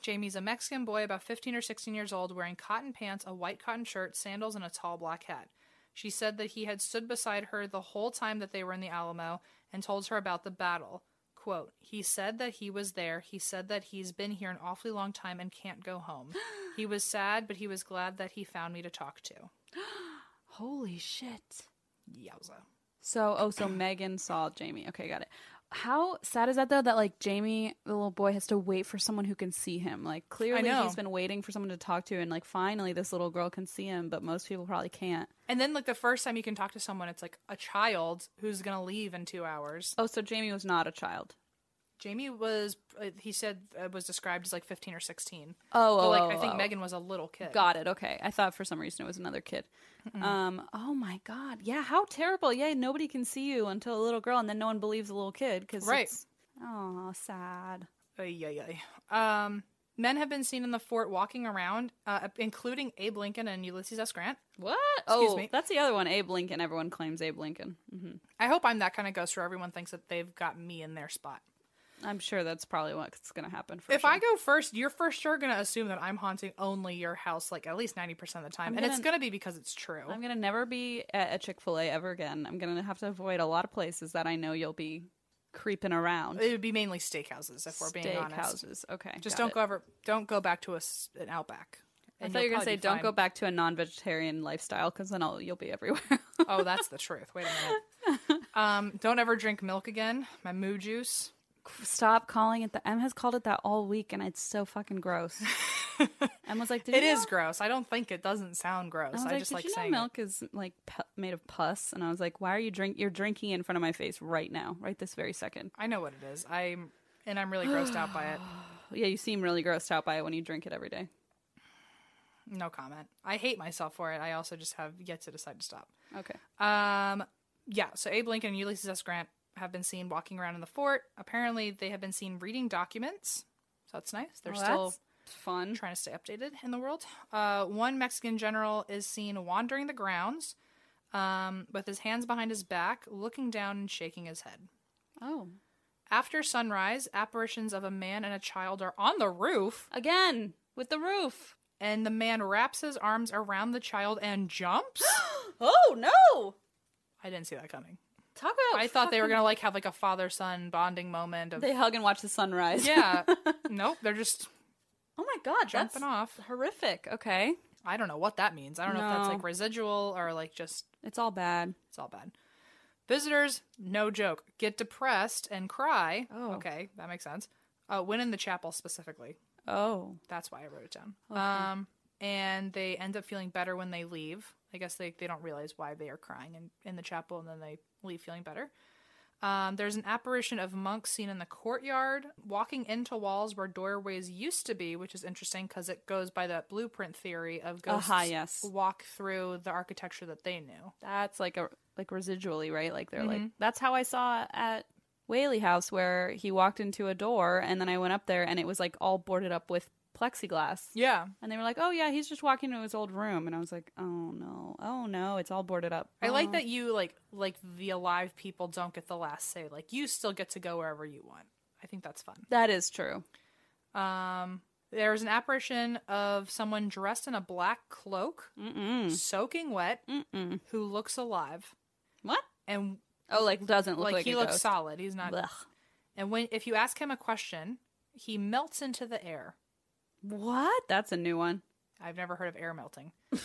Jamie's a Mexican boy about 15 or 16 years old, wearing cotton pants, a white cotton shirt, sandals, and a tall black hat. She said that he had stood beside her the whole time that they were in the Alamo and told her about the battle. Quote, he said that he was there. He said that he's been here an awfully long time and can't go home. He was sad, but he was glad that he found me to talk to. Holy shit. Yowza. So, oh, (clears throat) so Megan saw Jamie. Okay, got it. How sad is that though? That like Jamie, the little boy, has to wait for someone who can see him. Like clearly, know. he's been waiting for someone to talk to, and like finally, this little girl can see him. But most people probably can't. And then, like, the first time you can talk to someone, it's like a child who's going to leave in two hours. Oh, so Jamie was not a child. Jamie was, uh, he said, uh, was described as like 15 or 16. Oh, But, oh, like, oh, I think oh. Megan was a little kid. Got it. Okay, I thought for some reason it was another kid. Um. Oh my god. Yeah. How terrible. Yeah. Nobody can see you until a little girl, and then no one believes the little kid because Right. Oh, sad. Ay, ay, ay. Um, men have been seen in the fort walking around, uh, including Abe Lincoln and Ulysses S. Grant. What? Excuse oh, me. that's the other one. Abe Lincoln. Everyone claims Abe Lincoln. hmm I hope I'm that kind of ghost where everyone thinks that they've got me in their spot. I'm sure that's probably what's going to happen. For If sure. I go first, you're for sure going to assume that I'm haunting only your house, like at least 90% of the time. I'm and it's gonna- going to be because it's true. I'm gonna never be at a Chick Fil A ever again. I'm gonna have to avoid a lot of places that I know you'll be creeping around. It would be mainly steakhouses, if we're being honest. houses. Okay, Just got don't it. go ever, don't go back to a, s- an outback. I And thought you were you'll gonna say probably be don't go fine. back to a non-vegetarian lifestyle because then I'll, you'll be everywhere. (laughs) oh, that's the truth. Wait a minute. Um, don't ever drink milk again. My moo juice. Stop calling it that. Em has called it that all week, and it's so fucking gross. Em was like, Did It you is know? gross. I don't think it doesn't sound I gross. was I, like, just Did like you know saying milk is like pu- made of pus? And I was like, Why are you drink? You're drinking it in front of my face right now, right this very second. it. I know what it is. I'm and I'm really grossed (gasps) out by it. Yeah, you seem really grossed out by it when you drink it every day. No comment. I hate myself for it. I also just have yet to decide to stop. Okay. Um, yeah. So Abe Lincoln and Ulysses S. Grant have been seen walking around in the fort. Apparently, they have been seen reading documents. So that's nice. They're Well, still that's fun. trying to stay updated in the world. Uh, one Mexican general is seen wandering the grounds, um, with his hands behind his back, looking down and shaking his head. Oh, After sunrise, apparitions of a man and a child are on the roof, again with the roof. and the man wraps his arms around the child (gasps) and jumps. Oh no! I didn't see that coming. Talk about. I thought they were gonna like have like a father son bonding moment of They hug and watch the sunrise. (laughs) (laughs) yeah. nope, they're just Oh my god, that's jumping off. horrific. Okay, I don't know what that means. I don't know if that's No. like residual or like just it's all bad. it's all bad. Visitors, no joke, get depressed and cry. Oh. Okay, that makes sense. Uh, when in the chapel specifically. Oh, That's why I wrote it down. Um, and they end up feeling better when they leave. I guess they, they don't realize why they are crying in, in the chapel and then they leave feeling better. Um, there's an apparition of monks seen in the courtyard walking into walls where doorways used to be, which is interesting because it goes by that blueprint theory of ghosts Aha, yes. walk through the architecture that they knew. that's like a like residually right. Like they're like Mm-hmm. that's how I saw at Whaley House where he walked into a door and then I went up there and it was like all boarded up with plexiglass. Yeah. And they were like, "Oh yeah, he's just walking into his old room," and I was like, "Oh no, oh no, it's all boarded up." I Oh. like that you like like the alive people don't get the last say. Like you still get to go wherever you want. I think that's fun. That is true. Um, there's an apparition of someone dressed in a black cloak, Mm-mm. soaking wet, Mm-mm. who looks alive What? and Oh, like doesn't look like, like, he a looks ghost. solid. He's not. Blech. And when if you ask him a question, he melts into the air. What? That's a new one. I've never heard of air melting. (laughs)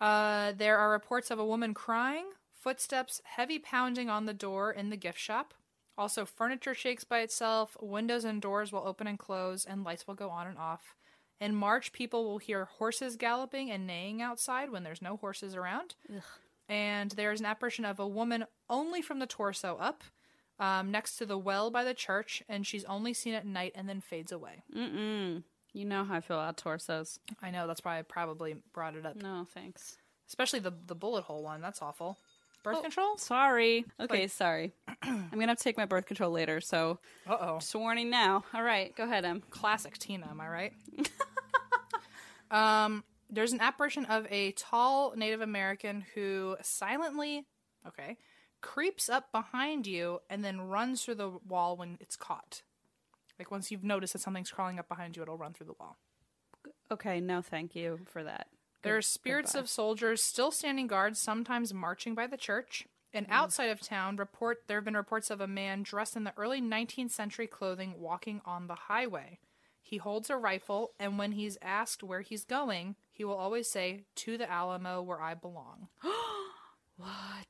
uh, there are reports of a woman crying, footsteps, heavy pounding on the door in the gift shop. Also, furniture shakes by itself, windows and doors will open and close, and lights will go on and off. In March, people will hear horses galloping and neighing outside when there's no horses around. And there's an apparition of a woman only from the torso up, um, next to the well by the church, and she's only seen at night and then fades away. Mm-mm. You know how I feel about torsos. I know that's why I probably brought it up No, thanks. especially the the bullet hole one. That's awful. Birth control? Sorry. Okay, sorry. (clears throat) I'm gonna have to take my birth control later, so Uh oh. just a warning now. All right, go ahead, Em. Classic Tina, am I right? (laughs) um, there's an apparition of a tall Native American who silently, okay, creeps up behind you and then runs through the wall when it's caught. Like once you've noticed that something's crawling up behind you, it'll run through the wall. Okay, no, thank you for that. There are spirits of soldiers still standing guard, sometimes marching by the church. And outside of town, report there have been reports of a man dressed in the early 19th century clothing walking on the highway. He holds a rifle, and when he's asked where he's going, he will always say, "To the Alamo, where I belong." what?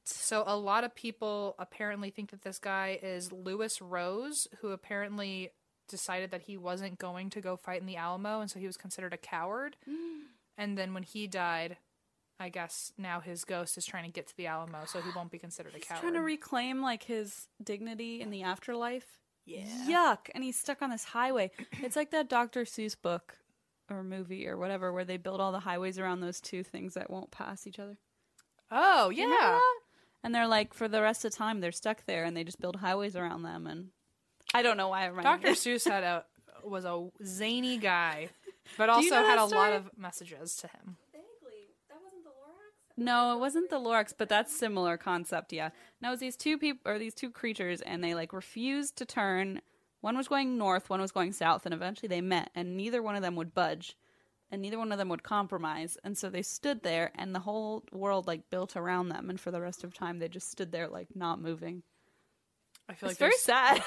So a lot of people apparently think that this guy is Lewis Rose, who apparently decided that he wasn't going to go fight in the Alamo, and so he was considered (gasps) a coward. And then when he died, I guess now his ghost is trying to get to the Alamo, so he won't be considered a He's coward. trying to reclaim like his dignity in the afterlife. Yeah. Yuck! And he's stuck on this highway. (clears throat) It's like that Dr. Seuss book or movie or whatever where they build all the highways around those two things that won't pass each other. oh yeah, And they're like, for the rest of the time, they're stuck there, and they just build highways around them. And I don't know why I remember. (laughs) Doctor Seuss had a was a zany guy, but also know that had a lot story? of messages to him. No, it wasn't the Lorax, but that's similar concept, yeah. No, it was these two people or these two creatures and they like refused to turn. One was going north, one was going south, and eventually they met and neither one of them would budge and neither one of them would compromise. And so they stood there and the whole world like built around them and for the rest of time they just stood there like not moving. I feel it's like very (laughs) sad.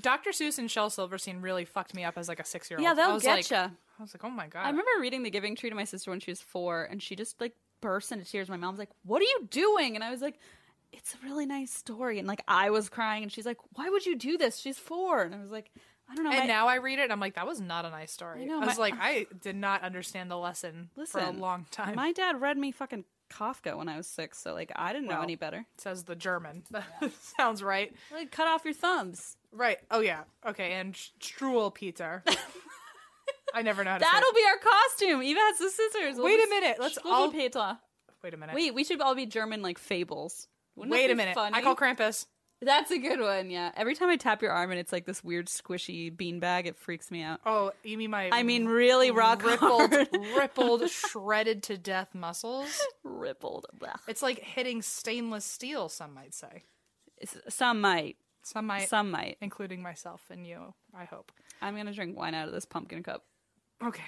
Doctor Seuss and Shel Silverstein really fucked me up as like a six year old. yeah, I they'll was get like, ya. I was like, oh my god. I remember reading The Giving Tree to my sister when she was four, and she just like burst into tears. My mom's like, "What are you doing?" And I was like, "It's a really nice story." And like I was crying, and she's like, "Why would you do this?" She's four, and I was like, "I don't know." and my- now I read it, and I'm like, that was not a nice story. I, know, was my- (sighs) like, I did not understand the lesson for a Listen, long time. my dad read me fucking Kafka when I was six, so like I didn't know Well. any better. Says the German. (laughs) Sounds right. Like, cut off your thumbs. Right. Oh yeah. Okay. And Sh- Struel Peter. I never know how to. say That'll be our costume. Eva has the scissors. We'll Wait a just- minute, let's we'll all- do Petra. it. Wait a minute. Wait, we should all be German like fables. Wouldn't that Wait be a minute. I funny? call Krampus. That's a good one, yeah. Every time I tap your arm and it's like this weird squishy beanbag, it freaks me out. Oh, you mean my? I mean, really rock (laughs) rippled, hard. rippled, shredded to death muscles. rippled. Blech. It's like hitting stainless steel. Some might say. It's- Some might, Some might, some might. including myself and you. I hope. I'm gonna drink wine out of this pumpkin cup. Okay.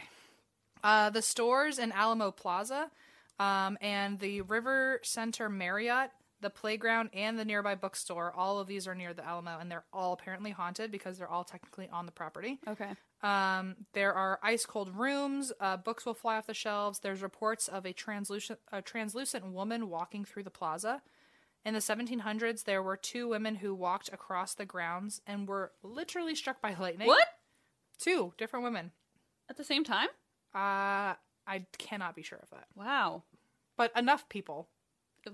Uh, the stores in Alamo Plaza um, and the River Center Marriott, the playground, and the nearby bookstore, all of these are near the Alamo and they're all apparently haunted because they're all technically on the property. Okay. Um, there are ice cold rooms, uh, books will fly off the shelves. There's reports of a translucent, a translucent woman walking through the plaza. In the 1700s, there were two women who walked across the grounds and were literally struck by lightning. What? Two different women. At the same time? Uh, I cannot be sure of that. Wow. But enough people,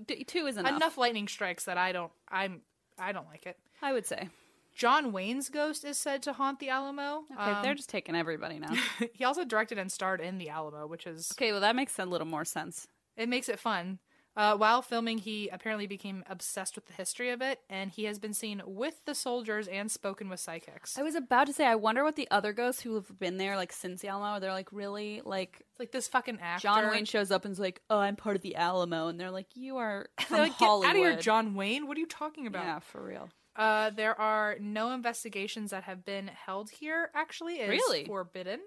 D- two is enough. enough, lightning strikes that I don't. I'm. I don't like it. I would say. John Wayne's ghost is said to haunt the Alamo. Okay, Um, they're just taking everybody (laughs) now. he also directed and starred in the Alamo, which is okay, well that makes a little more sense. it makes it fun. Uh, while filming, he apparently became obsessed with the history of it, and he has been seen with the soldiers and spoken with psychics. I was about to say, I wonder what the other ghosts who have been there, like since the Alamo, they're like really like It's like this fucking actor. John Wayne shows up and's like, "Oh, I'm part of the Alamo," and (laughs) they're like, "You are from They're like, get Hollywood." out of here, John Wayne. What are you talking about? Yeah, for real. Uh, there are no investigations that have been held here. Actually, it's Really? forbidden.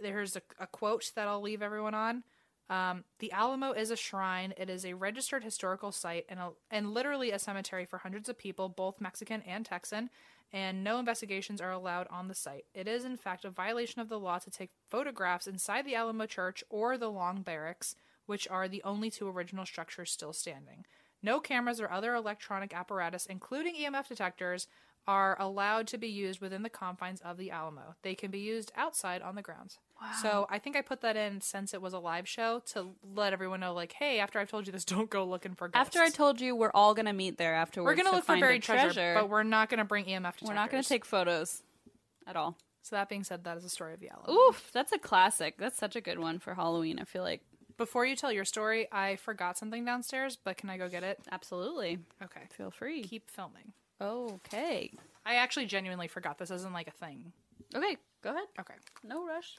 There's a, a quote that I'll leave everyone on. Um, the Alamo is a shrine. It is a registered historical site and a, and literally a cemetery for hundreds of people, both Mexican and Texan. And no investigations are allowed on the site. It is in fact a violation of the law to take photographs inside the Alamo Church or the Long Barracks, which are the only two original structures still standing. No cameras or other electronic apparatus, including EMF detectors, are allowed to be used within the confines of the Alamo. They can be used outside on the grounds. So I think I put that in since it was a live show to let everyone know, like, hey, after I've told you this, (laughs) don't go looking for ghosts. After I told you, we're all gonna meet there afterwards. we're gonna to look for find a buried treasure, but we're not gonna bring EMF detectors. We're not going to take photos at all. So that being said, that is the story of the Alamo. Oof, that's a classic. That's such a good one for Halloween. I feel like Before you tell your story, I forgot something downstairs, but can I go get it? Absolutely. Okay. Feel free. Keep filming. Okay. I actually genuinely forgot. This isn't like a thing. Okay. Go ahead. Okay. No rush.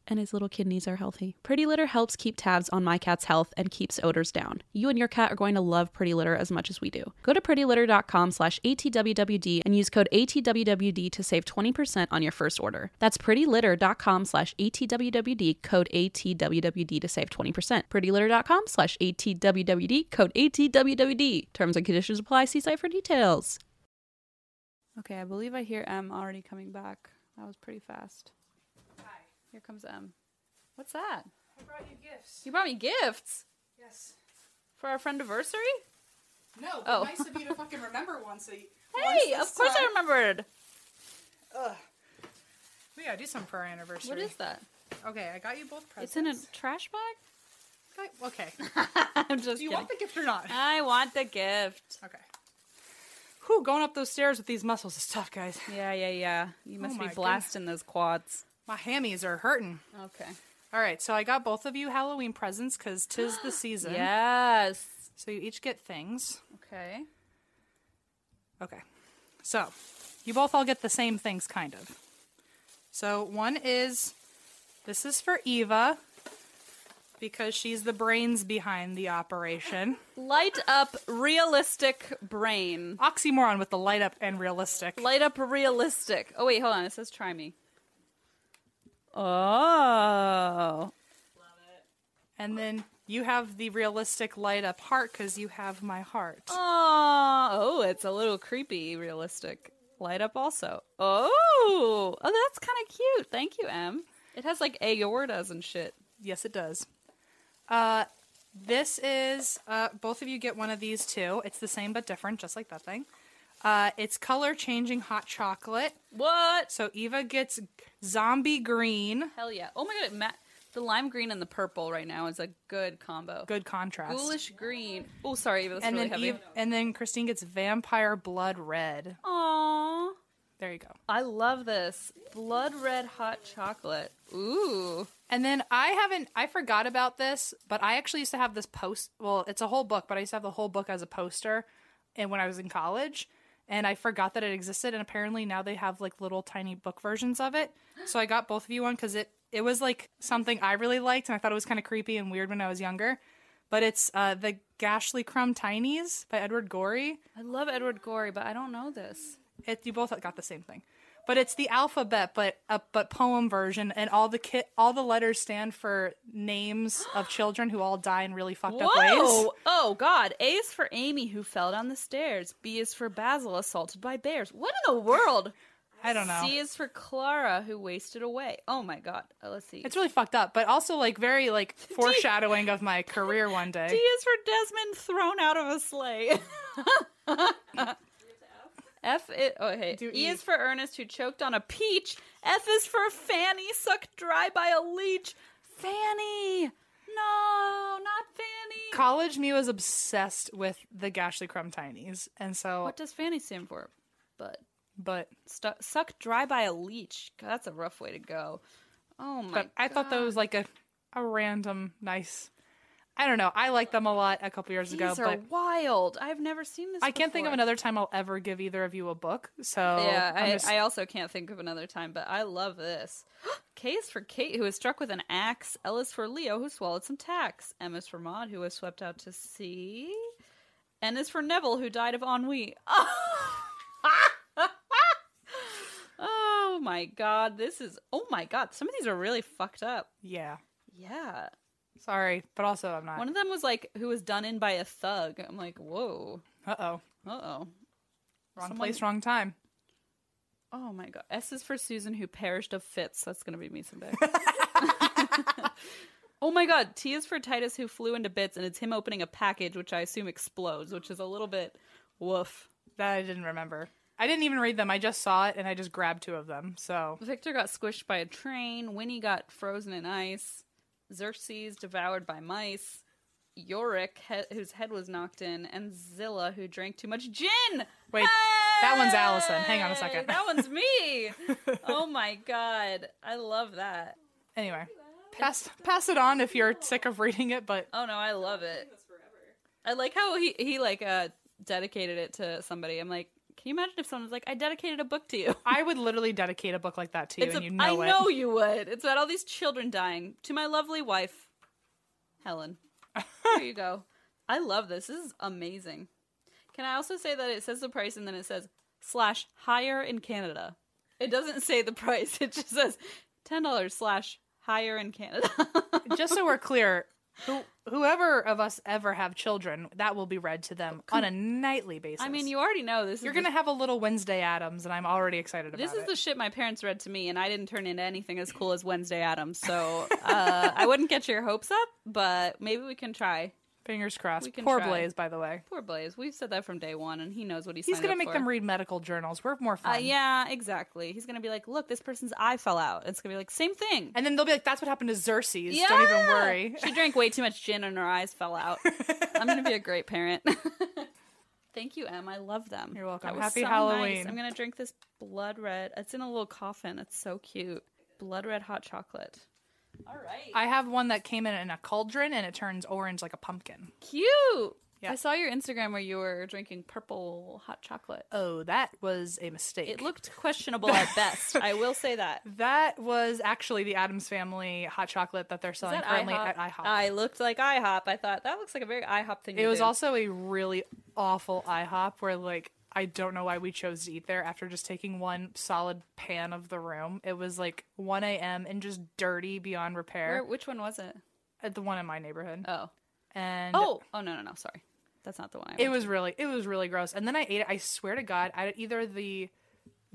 and his little kidneys are healthy. Pretty Litter helps keep tabs on my cat's health and keeps odors down. You and your cat are going to love Pretty Litter as much as we do. Go to prettylitter.com slash ATWWD and use code ATWWD to save 20% on your first order. That's prettylitter.com slash ATWWD, code ATWWD to save 20%. prettylitter.com slash ATWWD, code ATWWD. Terms and conditions apply. See site for details. Okay, I believe I hear M already coming back. That was pretty fast. Hi. Here comes M. What's that? I brought you gifts. You brought me gifts Yes. for our friendiversary? No, Oh. nice of you to fucking remember once a Hey, of course I remembered. Ugh. We gotta do some for our anniversary. What is that? Okay, I got you both presents. It's in a trash bag? Okay, Okay. (laughs) I'm (laughs) just Do you kidding. Uh, want the gift or not? I want the gift. Okay. Whew, going up those stairs with these muscles is tough, guys. Yeah, yeah, yeah. You must be my goodness. blasting those quads. My hammies are hurting. Okay. All right, so I got both of you Halloween presents because tis (gasps) the season. Yes. So you each get things. Okay. Okay. So you both all get the same things, kind of. So one is this is for Eva because she's the brains behind the operation. Light up realistic brain. Oxymoron with the light up and realistic. Light up realistic. Oh wait, hold on. It says try me. Oh. And then you have the realistic light up heart because you have my heart. Oh, oh, it's a little creepy realistic. Light up also. Oh. Oh, that's kind of cute. Thank you, M. It has like aortas and shit. Yes, it does. Uh, this is uh, both of you get one of these too. It's the same but different, just like that thing. Uh, it's color changing hot chocolate. What? So Eva gets g- zombie green. Hell yeah. Oh my god, it ma- the lime green and the purple right now is a good combo. Good contrast. Ghoulish green. Oh, sorry, that's and really then heavy. Eve, and then Christine gets vampire blood red. Aww. There you go. I love this. Blood red hot chocolate. Ooh. And then I haven't, I forgot about this, but I actually used to have this post. Well, it's a whole book, but I used to have the whole book as a poster, and when I was in college, and I forgot that it existed. And apparently now they have like little tiny book versions of it. So I got both of you one because it it was like something I really liked, and I thought it was kind of creepy and weird when I was younger. but it's uh, The Gashly Crumb Tinies by Edward Gorey. I love Edward Gorey, but I don't know this. It, you both got the same thing. But it's the alphabet, but uh, but poem version, and all the ki- all the letters stand for names (gasps) of children who all die in really fucked up ways. Whoa! Oh God! A is for Amy who fell down the stairs. B is for Basil assaulted by bears. What in the world? I don't know. C is for Clara who wasted away. Oh my God! Uh, let's see. It's really fucked up, but also like (laughs) very like foreshadowing of my career one D day. is for Desmond thrown out of a sleigh. (laughs) F is, oh hey, Do E E. is for Ernest who choked on a peach. F is for Fanny sucked dry by a leech. Fanny, no, not Fanny. College me was obsessed with the Gashly Crumb Tinies, and so What Oh does Fanny stand for? But but stu- sucked dry by a leech. God, that's a rough way to go. Oh my! but I thought that was like a a random nice. I don't know. I liked them a lot a couple years These ago, are but wild. I've never seen this. I can't think of before. another time I'll ever give either of you a book. So Yeah, I'm I, just- I also can't think of another time, but I love this. (gasps) K is for Kate, who is struck with an axe. L is for Leo, who swallowed some tacks. M is for Maud, who was swept out to sea. N is for Neville, who died of ennui. (laughs) oh my god, this is. Oh my god, some of these are really fucked up. yeah. Yeah. Sorry, but also I'm not. One of them was like, who was done in by a thug. I'm like, whoa. Uh oh, wrong Uh oh. place, wrong time. Oh my god. S is for Susan who perished of fits. That's gonna be me (laughs) someday. oh my god. T is for Titus who flew into bits, and it's him opening a package, which I assume explodes, which is a little bit woof. That I didn't remember. I didn't even read them. I just saw it and I just grabbed two of them. So Victor got squished by a train. Winnie got frozen in ice. Xerxes devoured by mice. Yorick, he- whose head was knocked in, and Zilla, who drank too much gin. wait, that one's Allison. Hang on a second. that one's me. (laughs) oh my god, I love that. anyway, pass pass it on if you're sick of reading it. But Oh no, I love it. I like how he he like uh dedicated it to somebody. I'm like, can you imagine if someone's like, I dedicated a book to you? I would literally dedicate a book like that to you, It's and a- you know I it. know you would. It's about all these children dying. To my lovely wife, Helen. There you go. I love this. This is amazing. Can I also say that it says the price and then it says slash higher in Canada? It doesn't say the (laughs) price. It just says ten dollars slash higher in Canada. (laughs) just so we're clear, who, whoever of us ever have children, that will be read to them on a nightly basis. I mean, you already know this. you're is the gonna have a little Wednesday Adams, and I'm already excited about This is it. the shit my parents read to me, and I didn't turn into anything as cool as Wednesday Adams. So uh, I wouldn't get your hopes up, but maybe we can try. Fingers crossed. we can Poor try. Blaze, by the way. Poor Blaze. We've said that from day one, and he knows what he's. He's gonna make them read medical journals. We're more fun. Uh, yeah, exactly. He's gonna be like, "Look, this person's eye fell out." It's gonna be like, "Same thing." And then they'll be like, "That's what happened to Xerxes." yeah, Don't even worry. (laughs) she drank way too much gin, and her eyes fell out. I'm gonna be a great parent. (laughs) Thank you, Em. I love them. You're welcome. That was so Happy nice. Halloween. I'm gonna drink this blood red. It's in a little coffin. It's so cute. Blood red hot chocolate. All right. I have one that came in in a cauldron, and it turns orange like a pumpkin. Cute. Yeah. I saw your Instagram where you were drinking purple hot chocolate. Oh, that was a mistake. It looked questionable at best. I will say that. That was actually the Adams Family hot chocolate that they're Is selling that currently IHOP? at IHOP. I looked like IHOP. I thought that looks like a very IHOP thing. It to was do. also a really awful IHOP where like I don't know why we chose to eat there after just taking one solid pan of the room. It was like 1 a.m. and just dirty beyond Where- repair which one was it? at the one in my neighborhood. Oh. And Oh. Oh no no no. Sorry. That's not the one. I it went was really it was really gross. And then I ate it. I swear to God, I either the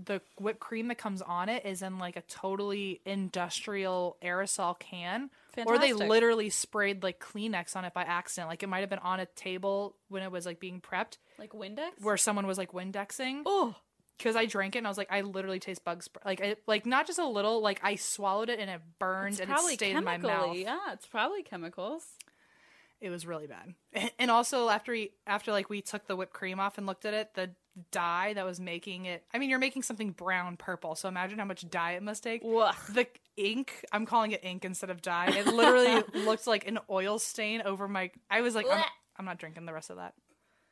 the whipped cream that comes on it is in like a totally industrial aerosol can, or they Fantastic. literally sprayed like Kleenex on it by accident. Like it might have been on a table when it was like being prepped. to. like Windex. where someone was like Windexing oh. because I drank it and I was like, I literally taste bug spray. Like, I, like not just a little. Like I swallowed it and it burned It's and it probably stayed chemically. in my mouth. Yeah, it's probably chemicals. It was really bad. And also after we, after like we took the whipped cream off and looked at it, the dye that was making it. I mean, you're making something brown purple, so imagine how much dye it must take. The ink, I'm calling it ink instead of dye. (laughs) It literally looked like an oil stain over my. I was like, I'm, Blech. I'm not drinking the rest of that.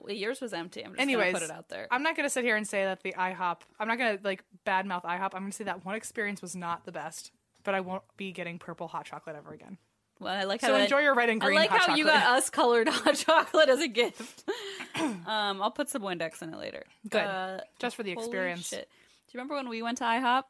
Well, yours was empty. I'm just Anyways, gonna put it out there. I'm not gonna sit here and say that the IHOP. I'm not gonna like badmouth IHOP. I'm gonna say that one experience was not the best, but I won't be getting purple hot chocolate ever again. Well, I like how So that- enjoy your red and I green. like how hot you chocolate. got us (laughs) colored hot chocolate as a gift. (clears throat) um, I'll put some Windex in it later. Good. Uh, just for the holy experience. shit. Do you remember when we went to IHOP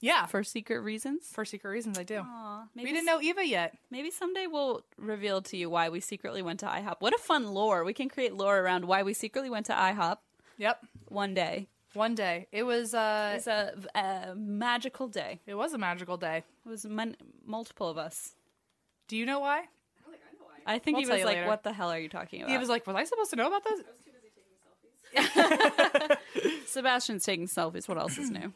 Yeah, for, for secret reasons? for secret reasons, I do. Aw, maybe we didn't s- know Eva yet. Maybe someday we'll reveal to you why we secretly went to IHOP. What a fun lore! We can create lore around why we secretly went to IHOP Yep. one day. One day it was. uh It's a, a magical day. It was a magical day. It was mon- multiple of us. Do you know why? I think We'll he tell was you like, later. "What the hell are you talking about?" He was like, "Was I supposed to know about this?" (laughs) Sebastian's taking selfies. What else is (clears throat) new?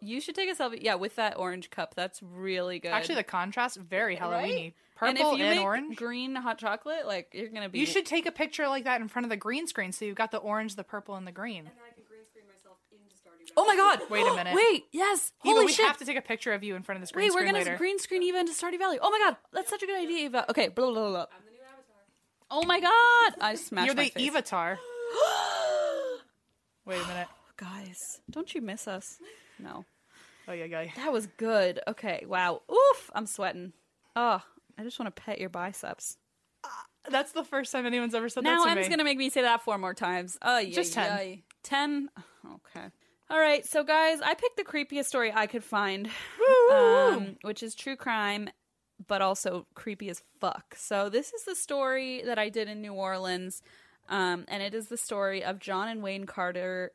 You should take a selfie. Yeah, with that orange cup. That's really good. Actually, the contrast very Halloweeny. Purple and and, if you make orange. green hot chocolate, like you're gonna be. you should take a picture like that in front of the green screen, so you've got the orange, the purple, and the green. Oh my (gasps) god! Wait a minute. Wait. Yes. Eva, Holy we shit. have to take a picture of you in front of this green Wait, we're screen gonna later. green screen Eva into Stardew Valley. Oh my god, that's such a good idea, Eva. Okay. Blah blah blah. blah. I'm the new avatar. Oh my god! I smashed You're my the face. (gasps) Evatar. Wait a minute. Guys, don't you miss us? No. Oh yeah, yeah. That was good. Okay. Wow. Oof. I'm sweating. Oh, I just want to pet your biceps. That's the first time anyone's ever said Now that to Em's me. gonna make me say that four more times. Oh, yeah, Just 10. Ten. Okay. All right. So, guys, I picked the creepiest story I could find, um, which is true crime, but also creepy as fuck. So, this is the story that I did in New Orleans, um, and it is the story of John and Wayne Carter.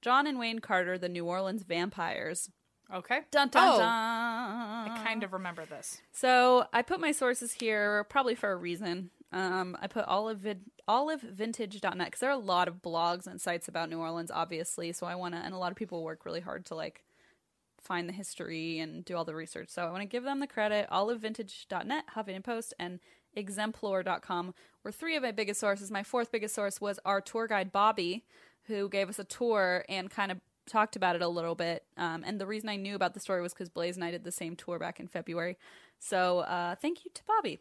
John and Wayne Carter, the New Orleans vampires. Okay. Dun dun oh, dun. I kind of remember this. So I put my sources here probably for a reason. Um, I put olive vid- olivevintage.net because there are a lot of blogs and sites about New Orleans, obviously. So I want to, and a lot of people work really hard to like find the history and do all the research. So I want to give them the credit. Olivevintage.net, Huffington Post, and exemplor.com were three of my biggest sources. My fourth biggest source was our tour guide, Bobby, who gave us a tour and kind of talked about it a little bit. Um, and the reason I knew about the story was because Blaze and I did the same tour back in February. So uh, thank you to Bobby,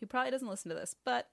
who probably doesn't listen to this, but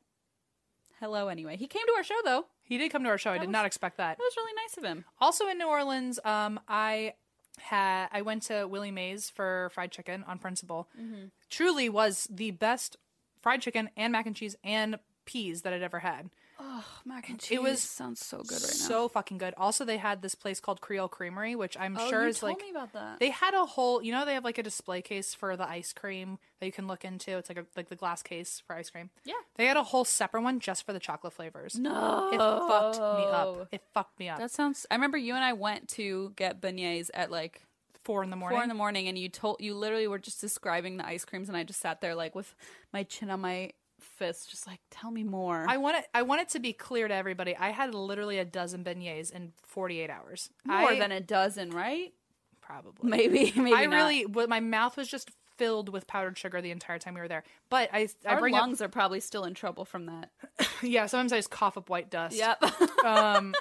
hello anyway. He came to our show, though. He did come to our show. I did not expect that. That was really nice of him. Also in New Orleans, um, I had I went to Willie Mays for fried chicken on principle. Mm-hmm. Truly was the best fried chicken and mac and cheese and peas that I'd ever had. Oh, mac and It was sounds so good So fucking good. Also, they had this place called Creole Creamery, which I'm Oh, sure you is told like me about that. they had a whole. You know, they have like a display case for the ice cream that you can look into. It's like a, like the glass case for ice cream. Yeah. they had a whole separate one just for the chocolate flavors. no, It fucked me up. It fucked me up. That sounds. I remember you and I went to get beignets at like four in the morning. four in the morning, and you told you literally were just describing the ice creams, and I just sat there like with my chin on my fist, just like tell me more. I want it. I want it to be clear to everybody. I had literally a dozen beignets in 48 hours. more I, than a dozen, right? (laughs) probably. Maybe, maybe. I not. really. Well, my mouth was just filled with powdered sugar the entire time we were there. But I, I Our bring lungs are probably still in trouble from that. up. (laughs) Yeah, sometimes I just cough up white dust. Yep. (laughs) um,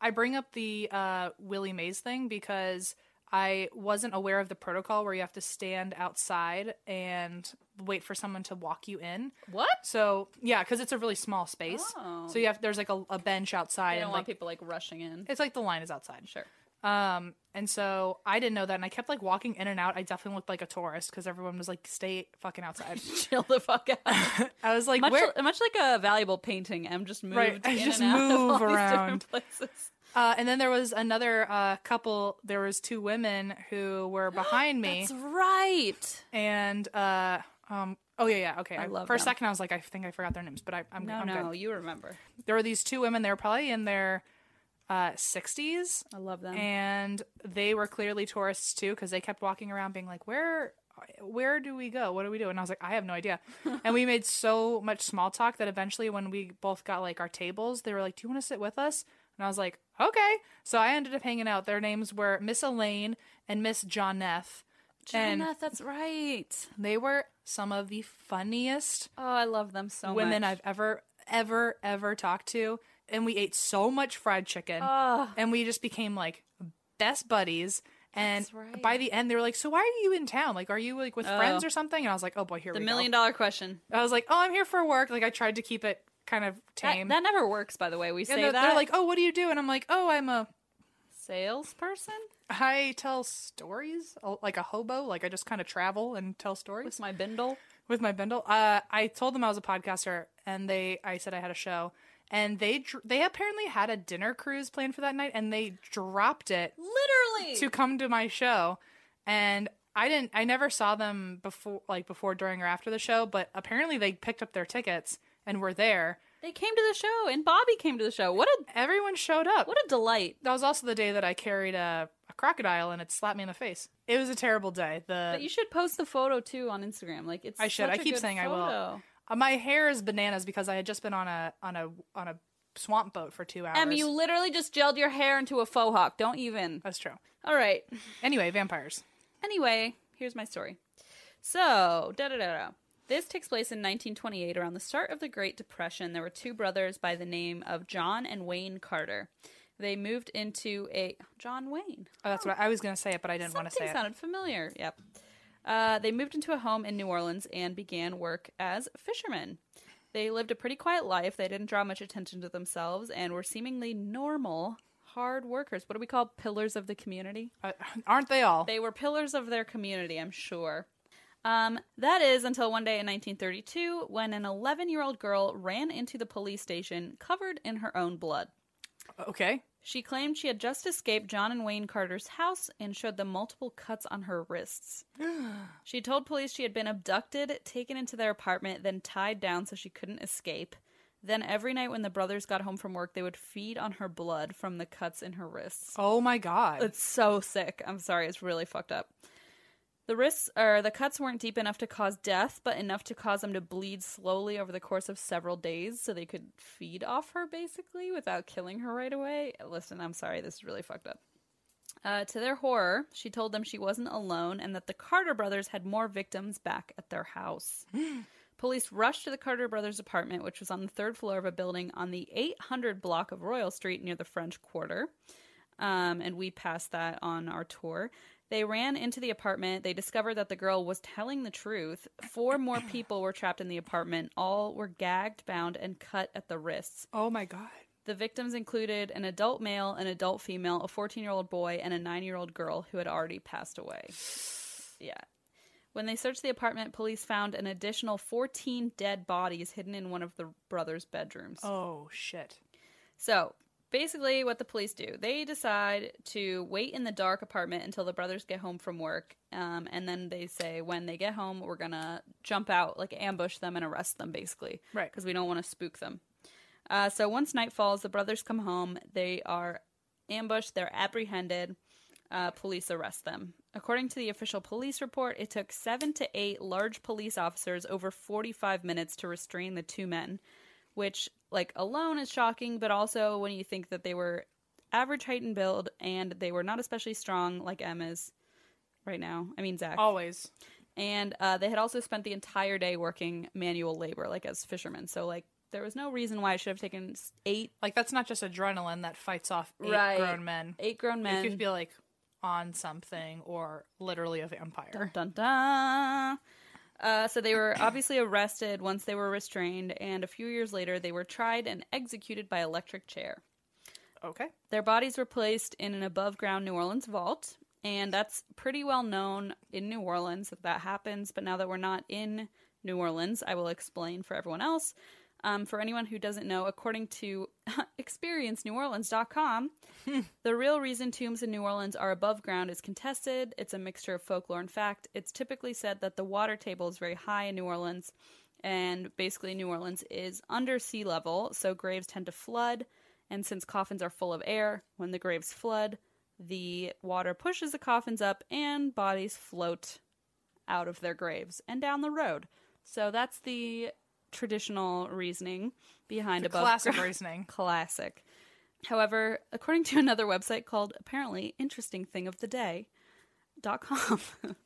I bring up the uh, Willie Mays thing because I wasn't aware of the protocol where you have to stand outside and wait for someone to walk you in. what? So yeah, because it's a really small space. Oh. So you have there's like a, a bench outside I don't and want like people like rushing in. it's like the line is outside. Sure. Um, and so I didn't know that, and I kept like walking in and out. I definitely looked like a tourist because everyone was like, "Stay fucking outside." (laughs) (laughs) Chill the fuck out. (laughs) I was like, much, "Where?" much like a valuable painting, Em just moved Right, I in just and out of move all these different around. (laughs) places. Uh, and then there was another uh, couple. There was two women who (gasps) were behind me, That's right. and uh, um, oh yeah, yeah, okay. I, love for a them. second. I was like, I think I forgot their names, but I, I'm, No, I'm no, good. you remember. There were these two women. They were probably in their uh, 60s, I love them. and they were clearly tourists too because they kept walking around being like where where do we go what do we do and i was like i have no idea and we made so much small talk that eventually when we both got like our tables they were like do you want to sit with us and i was like okay so i ended up hanging out their names were miss elaine and miss john f and Jenna, that's right. they were some of the funniest Oh, I love them so women much. I've ever, ever, ever talked to. And we ate so much fried chicken. And we just became like best buddies. And right. by the end, they were like, So why are you in town? Like, are you like with friends or something? And I was like, Oh boy, here the we million go. dollar question. I was like, Oh, I'm here for work. Like, I tried to keep it kind of That, tame. that never works, by the way. We and say they're, that. they're like, Oh, what do you do? And I'm like, Oh, I'm "Oh, a salesperson I tell stories uh, like a hobo. Like I just kind of travel and tell stories with my bindle. with my bindle. Uh, I told them I was a podcaster, and they I said I had a show, and they dr- they apparently had a dinner cruise planned for that night, and they dropped it Literally. to come to my show, and I didn't I never saw them before like before during or after the show, but apparently they picked up their tickets and were there. They came to the show and Bobby came to the show. What a Everyone showed up. what a delight. that was also the day that I carried a, a crocodile and it slapped me in the face. It was a terrible day. The But you should post the photo too on Instagram. Like it's I should. such I a keep good saying I will. photo. Uh, my hair is bananas because I had just been on a on a on a swamp boat for two hours. Em, you literally just gelled your hair into a faux hawk. Don't even. That's true. All right. Anyway, vampires. Anyway, here's my story. So, da da da da. This takes place in 1928, around the start of the Great Depression. There were two brothers by the name of John and Wayne Carter. They moved into a John Wayne. Oh, that's what I, I was going to say it, but I didn't want to Something say it. sounded familiar. Yep. Uh, they moved into a home in New Orleans and began work as fishermen. They lived a pretty quiet life. They didn't draw much attention to themselves and were seemingly normal, hard workers. What do we call pillars of the community? Uh, aren't they all? They were pillars of their community, I'm sure. Um, that is until one day in 1932 when an 11 year old girl ran into the police station covered in her own blood. okay. She claimed she had just escaped John and Wayne Carter's house and showed them multiple cuts on her wrists. she told police she had been abducted, taken into their apartment, then tied down so she couldn't escape. Then every night when the brothers got home from work, they would feed on her blood from the cuts in her wrists. Oh my god. It's so sick. I'm sorry, it's really fucked up. The wrists or the cuts weren't deep enough to cause death, but enough to cause them to bleed slowly over the course of several days so they could feed off her basically without killing her right away. Listen, I'm sorry, this is really fucked up. Uh, to their horror, she told them she wasn't alone and that the Carter brothers had more victims back at their house. Police rushed to the Carter brothers' apartment, which was on the third floor of a building on the 800 block of Royal Street near the French Quarter um, and we passed that on our tour. They ran into the apartment. They discovered that the girl was telling the truth. Four more people were trapped in the apartment. All were gagged, bound, and cut at the wrists. oh my god. The victims included an adult male, an adult female, a 14 year old boy, and a 9 year old girl who had already passed away. Yeah. When they searched the apartment, police found an additional 14 dead bodies hidden in one of the brothers' bedrooms. Oh shit. So basically, what the police do, they decide to wait in the dark apartment until the brothers get home from work. Um, and then they say, when they get home, we're going to jump out, like ambush them and arrest them, basically. Right. Because we don't want to spook them. Uh, so once night falls, the brothers come home. They are ambushed, they're apprehended. Uh, police arrest them. According to the official police report, it took seven to eight large police officers over 45 minutes to restrain the two men which like alone is shocking, but also when you think that they were average height and build and they were not especially strong like Em is right now. I mean Zach. Always. And uh, they had also spent the entire day working manual labor, like as fishermen. So like there was no reason why it should have taken s- eight Like that's not just adrenaline that fights off eight Right. grown men. eight grown You men. could be like on something or literally a vampire. Dun dun. Uh, so they were obviously arrested once they were restrained, and a few years later they were tried and executed by electric chair. Okay. Their bodies were placed in an above ground New Orleans vault, and that's pretty well known in New Orleans that that happens. But now that we're not in New Orleans, I will explain for everyone else. Um, for anyone who doesn't know, according to (laughs) experienceneworleans.com, the real reason tombs in New Orleans are above ground is contested. It's a mixture of folklore and fact. It's typically said that the water table is very high in New Orleans, and basically, New Orleans is under sea level, so graves tend to flood. And since coffins are full of air, when the graves flood, the water pushes the coffins up and bodies float out of their graves and down the road. So that's the traditional reasoning behind above Classic ground- reasoning. Classic. However, according to (laughs) another website called apparently interesting thing of the day dot com, (laughs)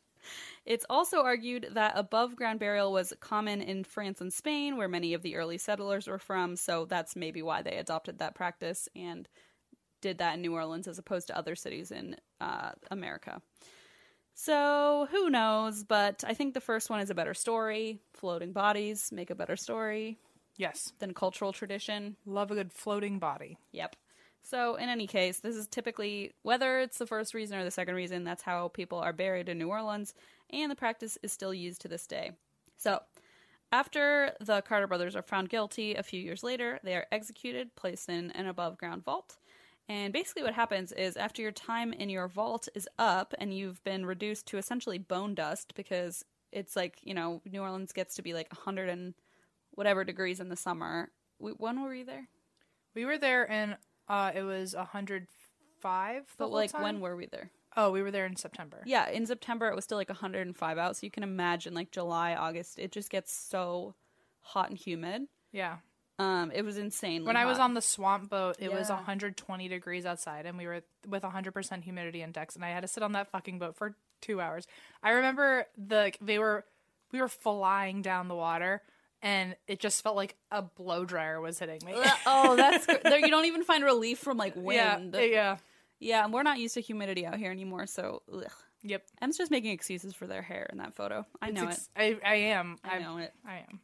it's also argued that above ground burial was common in France and Spain, where many of the early settlers were from. So that's maybe why they adopted that practice and did that in New Orleans as opposed to other cities in uh, America. So who knows? But I think the first one is a better story. Floating bodies make a better story Yes. than cultural tradition. Love a good floating body. Yep. So, in any case, this is typically, whether it's the first reason or the second reason, that's how people are buried in New Orleans, and the practice is still used to this day. So, after the Carter brothers are found guilty a few years later, they are executed, placed in an above ground vault. And basically, what happens is after your time in your vault is up and you've been reduced to essentially bone dust because it's like, you know, New Orleans gets to be like 100 and whatever degrees in the summer. We, when were you there? We were there and uh, it was 105. But the whole like, time? when were we there? Oh, we were there in September. Yeah, in September it was still like 105 out, so you can imagine like July, August, it just gets so hot and humid. Yeah. Um, it was insane. When I was on the swamp boat, it was Yeah. 120 degrees outside, and we were with 100% humidity index, and I had to sit on that fucking boat for two hours. I remember the they were we were flying down the water, and it just felt like a blow dryer was hitting me. (laughs) (laughs) oh, that's gr- there. You don't even find relief from like yeah, wind. Yeah, yeah, and we're not used to humidity out here anymore, so ugh. yep. Em's just making excuses for their hair in that photo. I know it. It's- I, I am. I I'm- know it. I am.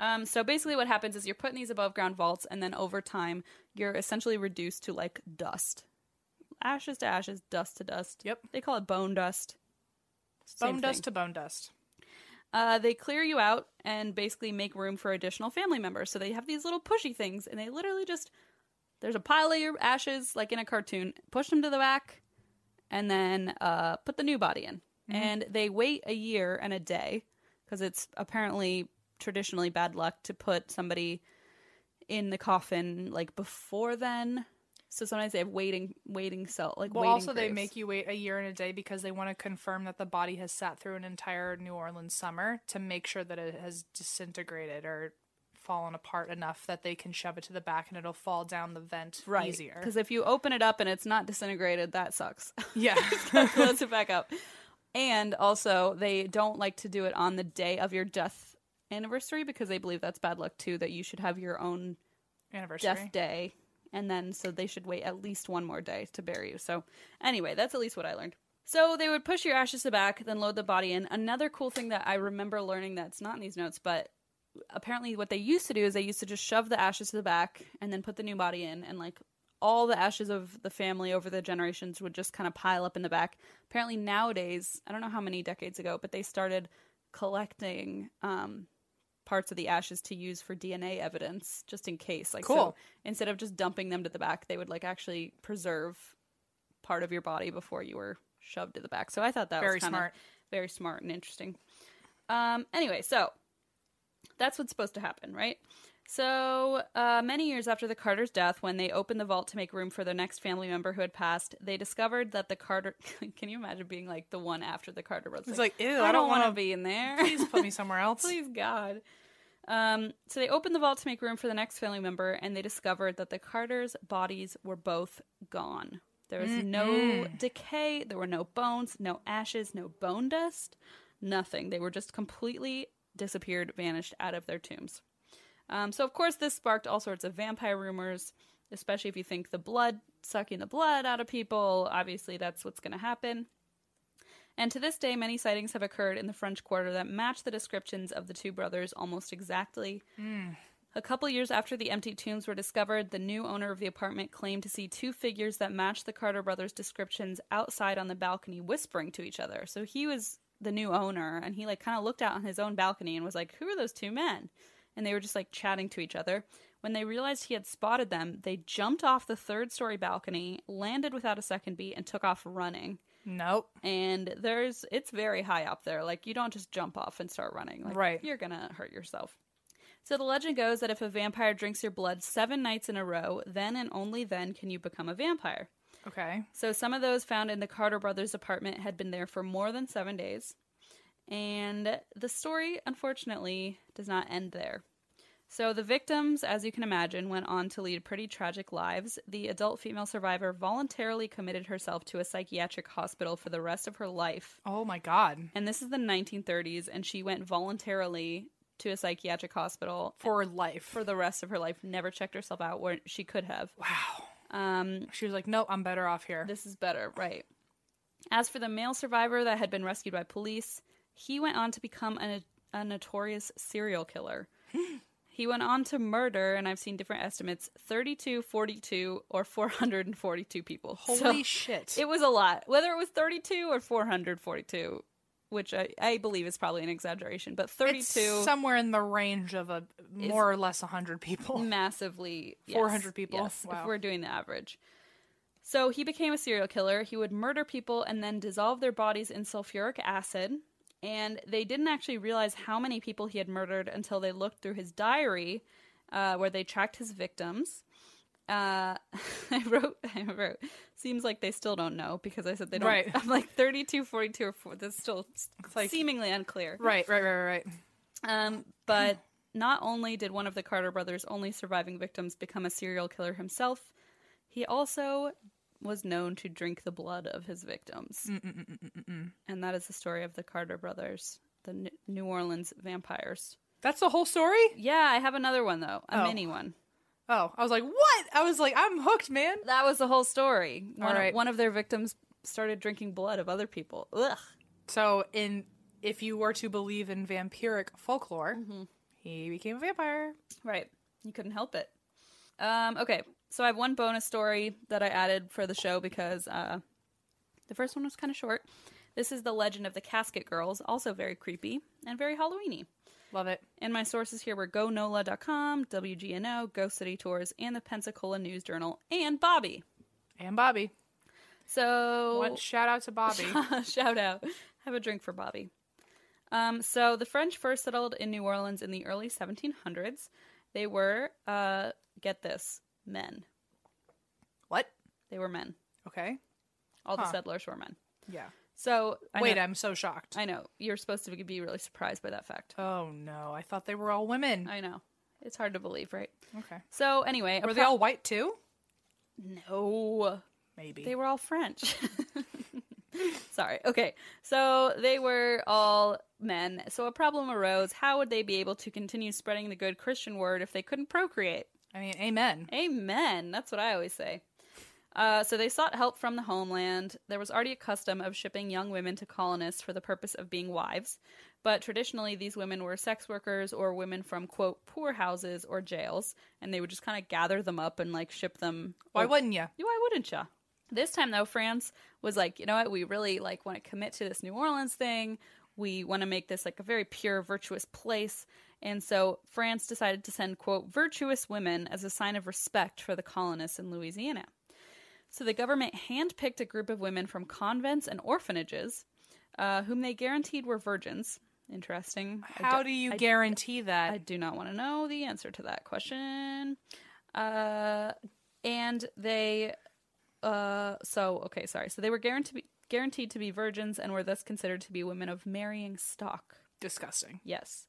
Um, so basically, what happens is you're put in these above ground vaults, and then over time, you're essentially reduced to like dust, ashes to ashes, dust to dust. Yep. They call it bone dust. Same Bone thing. dust to bone dust. Uh, they clear you out and basically make room for additional family members. So they have these little pushy things, and they literally just there's a pile of your ashes, like in a cartoon, push them to the back, and then uh, put the new body in. Mm-hmm. And they wait a year and a day because it's apparently traditionally bad luck to put somebody in the coffin like before then. So sometimes they have waiting, waiting cell, like Well, waiting also they graves. make you wait a year and a day because they want to confirm that the body has sat through an entire New Orleans summer to make sure that it has disintegrated or fallen apart enough that they can shove it to the back and it'll fall down the vent right easier. because if you open it up and it's not disintegrated, that sucks. (laughs) (laughs) yeah, close it back up. And also, they don't like to do it on the day of your death anniversary because they believe that's bad luck too. That you should have your own anniversary. death (laughs) day, and then so they should wait at least one more day to bury you. So, anyway, that's at least what I learned. So they would push your ashes to back, then load the body in. Another cool thing that I remember learning that's not in these notes, but apparently what they used to do is they used to just shove the ashes to the back and then put the new body in and like all the ashes of the family over the generations would just kind of pile up in the back apparently nowadays i don't know how many decades ago but they started collecting um, parts of the ashes to use for dna evidence just in case like so Cool. instead of just dumping them to the back they would like actually preserve part of your body before you were shoved to the back so i thought that Very was kind smart. very smart and interesting um, anyway so that's what's supposed to happen, right? So, uh, many years after the Carter's death, when they opened the vault to make room for their next family member who had passed, they discovered that the Carter. (laughs) Can you imagine being like the one after the Carter brothers? It's like, ew, I, don't want to be. be in there. Please put me somewhere (laughs) else. Please, God. Um, so they opened the vault to make room for the next family member, and they discovered that the Carters' bodies were both gone. There was no decay, there were no bones, no ashes, no bone dust, nothing. They were just completely disappeared, vanished out of their tombs. Um, so, of course, this sparked all sorts of vampire rumors, especially if you think the blood, sucking the blood out of people, obviously that's what's going to happen. And to this day, many sightings have occurred in the French Quarter that match the descriptions of the two brothers almost exactly. A couple years after the empty tombs were discovered, the new owner of the apartment claimed to see two figures that matched the Carter brothers' descriptions outside on the balcony whispering to each other. So he was the new owner and he like kind of looked out on his own balcony and was like, "Who are those two men?" And they were just like chatting to each other. When they realized he had spotted them, they jumped off the third-story balcony, landed without a second beat, and took off running Nope. and there's it's very high up there like you don't just jump off and start running like Right. you're gonna hurt yourself so the legend goes that if a vampire drinks your blood seven nights in a row then and only then can you become a vampire Okay. so some of those found in the carter brothers apartment had been there for more than seven days and the story unfortunately does not end there so the victims, as you can imagine, went on to lead pretty tragic lives. The adult female survivor voluntarily committed herself to a psychiatric hospital for the rest of her life. Oh my god. And this is the 1930s, and she went voluntarily to a psychiatric hospital For life. for the rest of her life, never checked herself out where she could have. wow. Um, She was like, nope, I'm better off here. this is better, right. As for the male survivor that had been rescued (gasps) by police, he went on to become a, a notorious serial killer. He went on to murder, and I've seen different estimates 32, 42, or 442 people. So Holy shit. it was a lot. Whether it was 32 or 442, which I, I believe is probably an exaggeration, but 32 It's somewhere in the range of a more or less 100 people. massively yes, 400 people. yes, Wow. if we're doing the average so he became a serial killer he would murder people and then dissolve their bodies in sulfuric acid and they didn't actually realize how many people he had murdered until they looked through his diary uh, where they tracked his victims uh, (laughs) I wrote, I wrote, seems like they still don't know because I said they don't. Right. (laughs) I'm like 32, 42, or 4. That's still like- seemingly unclear. Right, right, right, right, right. Um, but not only did one of the Carter brothers' only surviving victims become a serial killer himself, he also was known to drink the blood of his victims. Mm, And that is the story of the Carter brothers, the N- New Orleans vampires. That's the whole story? Yeah, I have another one though, a Oh. mini one. Oh, I was like, what? I was like, I'm hooked, man. That was the whole story. One, All right. of, one of their victims started drinking blood of other people. Ugh. So, in if you were to believe in vampiric folklore, he became a vampire. Right. You couldn't help it. Um, okay. So I have one bonus story that I added for the show because uh, the first one was kind of short. This is The Legend of the Casket Girls, also very creepy and very Halloweeny. Love it. And my sources here were GoNola.com, WGNO, Ghost City Tours, and the Pensacola News Journal, and Bobby. And Bobby. So One shout out (laughs) to Bobby. Shout out. Have a drink for Bobby. Um, so the French first settled in New Orleans in the early 1700s. They were, uh, get this, men. what? They were men. Okay. All the Huh. settlers were men. Yeah. So I Wait, know, I'm so shocked. I know you're supposed to be really surprised by that fact. oh no, I thought they were all women. I know it's hard to believe, right? okay. So anyway, Were they all white too? no? Maybe. They were all French. (laughs) Sorry. Okay. So they were all men. So a problem arose. How would they be able to continue spreading the good Christian word if they couldn't procreate? I mean, amen. Amen. That's what I always say. Uh, so they sought help from the homeland. There was already a custom of shipping young women to colonists for the purpose of being wives, but traditionally these women were sex workers or women from quote poor houses or jails, and they would just kind of gather them up and like ship them. Why wouldn't you? Why wouldn't ya? This time though, France was like, you know what? We really like want to commit to this New Orleans thing. We want to make this like a very pure, virtuous place. And so France decided to send quote virtuous women as a sign of respect for the colonists in Louisiana. So the government handpicked a group of women from convents and orphanages, uh, whom they guaranteed were virgins. Interesting. I How don't- do you I- guarantee that? I do not want to know the answer to that question. Uh, and they, uh, so okay, sorry. So they were guaranteed guaranteed to be virgins and were thus considered to be women of marrying stock. Disgusting. Yes.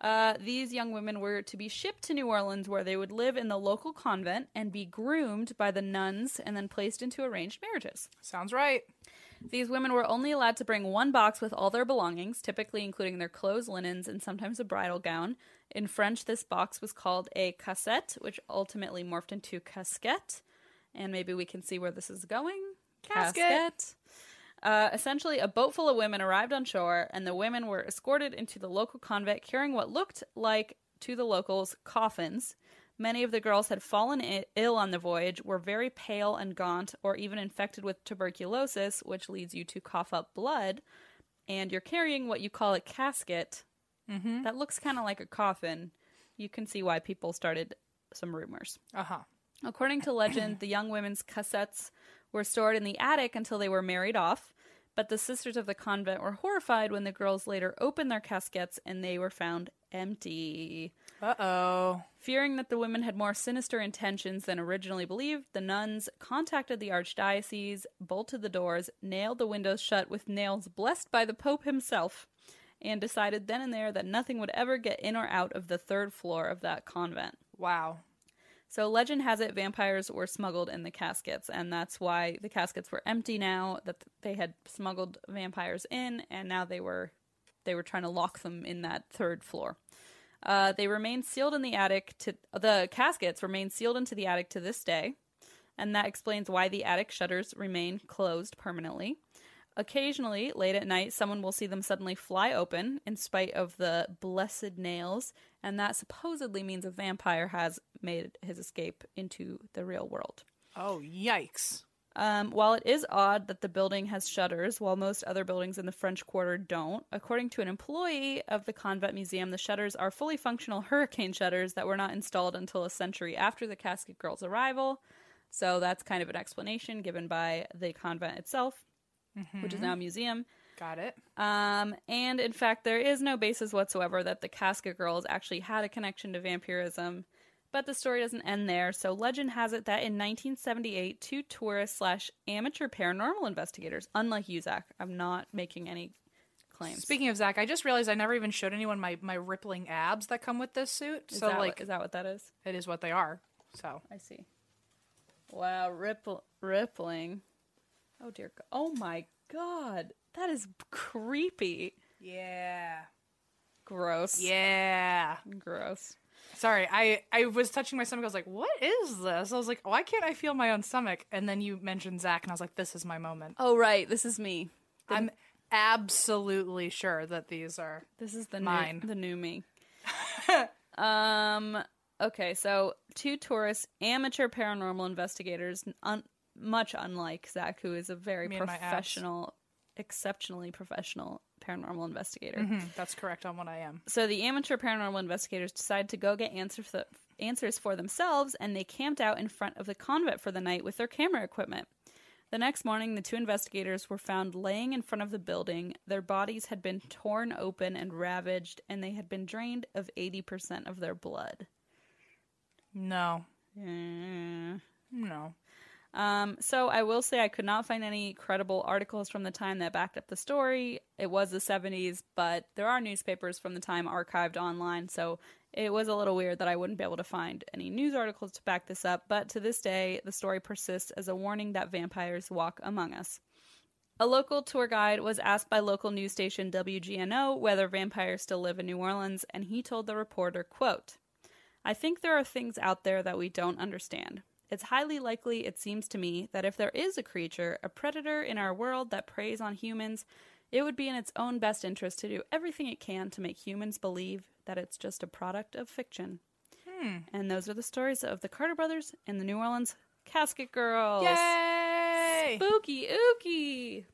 Uh, these young women were to be shipped to New Orleans, where they would live in the local convent and be groomed by the nuns and then placed into arranged marriages. Sounds right. These women were only allowed to bring one box with all their belongings, typically including their clothes, linens, and sometimes a bridal gown. In French, this box was called a cassette, which ultimately morphed into casquette. And maybe we can see where this is going. Casket. Casquette. Uh, essentially, a boat full of women arrived on shore, and the women were escorted into the local convent carrying what looked like, to the locals, coffins. Many of the girls had fallen I- ill on the voyage, were very pale and gaunt, or even infected with tuberculosis, which leads you to cough up blood. And you're carrying what you call a casket that looks kind of like a coffin. You can see why people started some rumors. Uh huh. According to legend, the young women's cassettes were stored in the attic until they were married off, but the sisters of the convent were horrified when the girls later opened their caskets and they were found empty. Uh oh. Fearing that the women had more sinister intentions than originally believed, the nuns contacted the archdiocese, bolted the doors, nailed the windows shut with nails blessed by the Pope himself, and decided then and there that nothing would ever get in or out of the third floor of that convent. Wow. So legend has it vampires were smuggled in the caskets, and that's why the caskets were empty now that they had smuggled vampires in, and now they were they were trying to lock them in that third floor. Uh, they remain sealed in the attic to the caskets remain sealed into the attic to this day, and that explains why the attic shutters remain closed permanently. Occasionally, late at night, someone will see them suddenly fly open in spite of the blessed nails, and that supposedly means a vampire has made his escape into the real world. Oh, yikes. Um, while it is odd that the building has shutters, while most other buildings in the French Quarter don't, according to an employee of the Convent Museum, the shutters are fully functional hurricane shutters that were not installed until a century after the Casket Girl's arrival. So that's kind of an explanation given by the convent itself, which is now a museum. Mm-hmm. Got it. Um, and in fact, there is no basis whatsoever that the Casket Girls actually had a connection to vampirism. But the story doesn't end there. So legend has it that in 1978, two tourists slash amateur paranormal investigators, unlike you, Zach, I'm not making any claims. Speaking of Zach, I just realized I never even showed anyone my, my rippling abs that come with this suit. Is so, that what- like, is that what that is? it is what they are. So, I see. Wow, ripple, rippling. Oh dear. go- Oh my God, that is creepy. yeah. Gross. Yeah. Gross. Sorry, I, I was touching my stomach. I was like, what is this? I was like, why can't I feel my own stomach? And then you mentioned Zach, and I was like, this is my moment. Oh right, this is me. I'm absolutely sure that these are. This is the Mine. New, the new (laughs) me. um. Okay, so two tourists, amateur paranormal investigators, un- much unlike Zach, who is a very Me and my abs. professional, exceptionally professional paranormal investigator. Hmm, that's correct on what I am. So the amateur paranormal investigators decide to go get answer for answers for themselves, and they camped out in front of the convent for the night with their camera equipment. The next morning, the two investigators were found laying in front of the building. Their bodies had been torn open and ravaged, and they had been drained of 80% of their blood. No, Yeah. no. Um, so I will say I could not find any credible articles from the time that backed up the story. It was the 70s, but there are newspapers from the time archived online, so it was a little weird that I wouldn't be able to find any news articles to back this up. But to this day, the story persists as a warning that vampires walk among us. A local tour guide was asked by local news station WGNO whether vampires still live in New Orleans, and he told the reporter, quote, I think there are things out there that we don't understand. It's highly likely, it seems to me, that if there is a creature, a predator in our world that preys on humans, it would be in its own best interest to do everything it can to make humans believe that it's just a product of fiction. And those are the stories of the Carter brothers and the New Orleans Casket Girls. Yay! Spooky, ooky.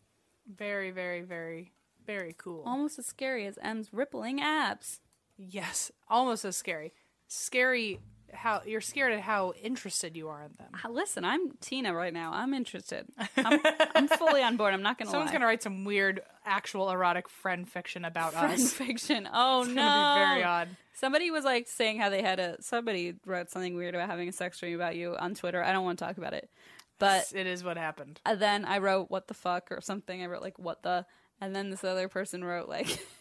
Very, very, very, very cool. Almost as scary as M's rippling abs. yes, almost as scary. Scary how you're scared at how interested you are in them. Ah, Listen, I'm Tina right now. I'm interested. I'm, I'm fully on board. I'm not going to lie. Someone's gonna write some weird actual erotic friend fiction about friend (laughs) us. fiction. Oh (laughs) It's no! gonna be very odd. Somebody was like saying how they had a. Somebody wrote something weird about having a sex dream about you on Twitter. I don't want to talk about it, but It is what happened. uh, then I wrote what the fuck or something. I wrote like what the, and then this other person wrote like. (laughs)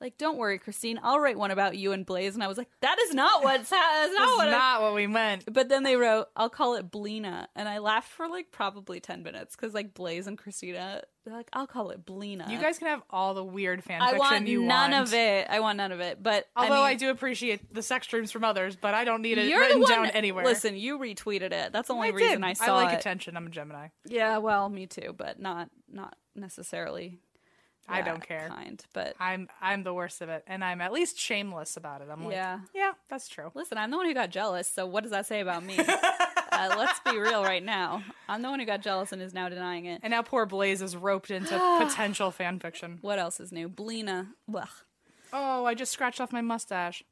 Like, don't worry, Christine. I'll write one about you and Blaze. And I was like, that is not what's ha- that's not That's what I- not what we meant. But then they wrote, I'll call it Blina. And I laughed for like probably 10 minutes because like Blaze and Christina, they're like, I'll call it Blina. You guys can have all the weird fan Uh, I fiction want you none want. of it. I want none of it. But Although I, I, mean, do appreciate the sex dreams from others, but I don't need it you're written the one, down anywhere. Listen, you retweeted it. That's the only I reason did. I saw like it. attention. I'm a Gemini. Yeah, well, me too, but not not necessarily. I that don't care. Kind, but I'm I'm the worst of it, and I'm at least shameless about it. I'm like, Yeah. yeah, that's true. listen, I'm the one who got jealous. So what does that say about (laughs) me? uh, let's be real right now. I'm the one who got jealous and is now denying it. And now poor Blaze is (sighs) roped into potential fan fiction. What else is new? Blina. Blech. Oh, I just scratched off (laughs) my mustache.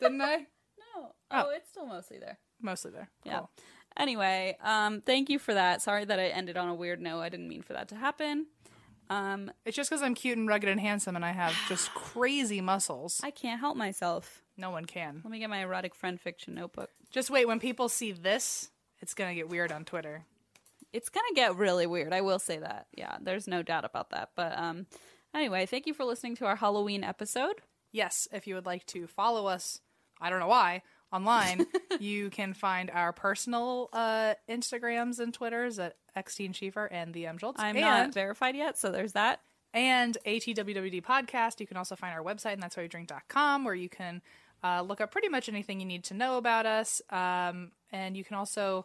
Didn't I? No. Oh, it's still mostly there. Mostly there. Yeah. Cool. Anyway, um, thank you for that. Sorry that I ended on a weird no. I didn't mean for that to happen. Um, It's just because I'm cute and rugged and handsome, and I have just crazy muscles. I can't help myself. No one can. Let me get my erotic friend fiction notebook. Just wait. When people see this, it's gonna get weird on Twitter. It's gonna get really weird. I will say that. Yeah, there's no doubt about that. But um, anyway, thank you for listening to our Halloween episode. Yes, if you would like to follow us, I don't know why, (laughs) online, you can find our personal uh, Instagrams and Twitters at Xteen Schiefer and the M Schultz. I'm and, not verified yet, so there's that. and ATWWD podcast. You can also find our website, and that's why you drink.com, where you can uh, look up pretty much anything you need to know about us. Um, and you can also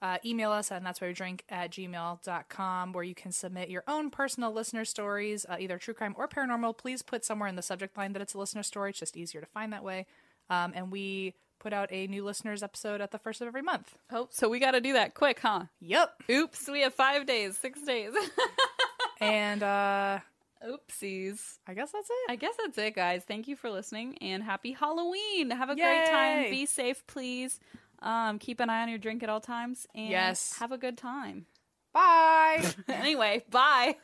Uh, email us at that's why we drink at gmail.com where you can submit your own personal listener stories, uh, either true crime or paranormal. Please put somewhere in the subject line that it's a listener story. It's just easier to find that way. Um, and we put out a new listeners episode at the first of every month. Oh, so we got to do that quick, huh? Yep. Oops, we have five days, six days. (laughs) and uh, Oopsies. I guess that's it. I guess that's it, guys. Thank you for listening and happy Halloween. Have a Yay. great time. Be safe, please. Um, keep an eye on your drink at all times and Yes. (laughs) have a good time. Bye. (laughs) anyway, bye.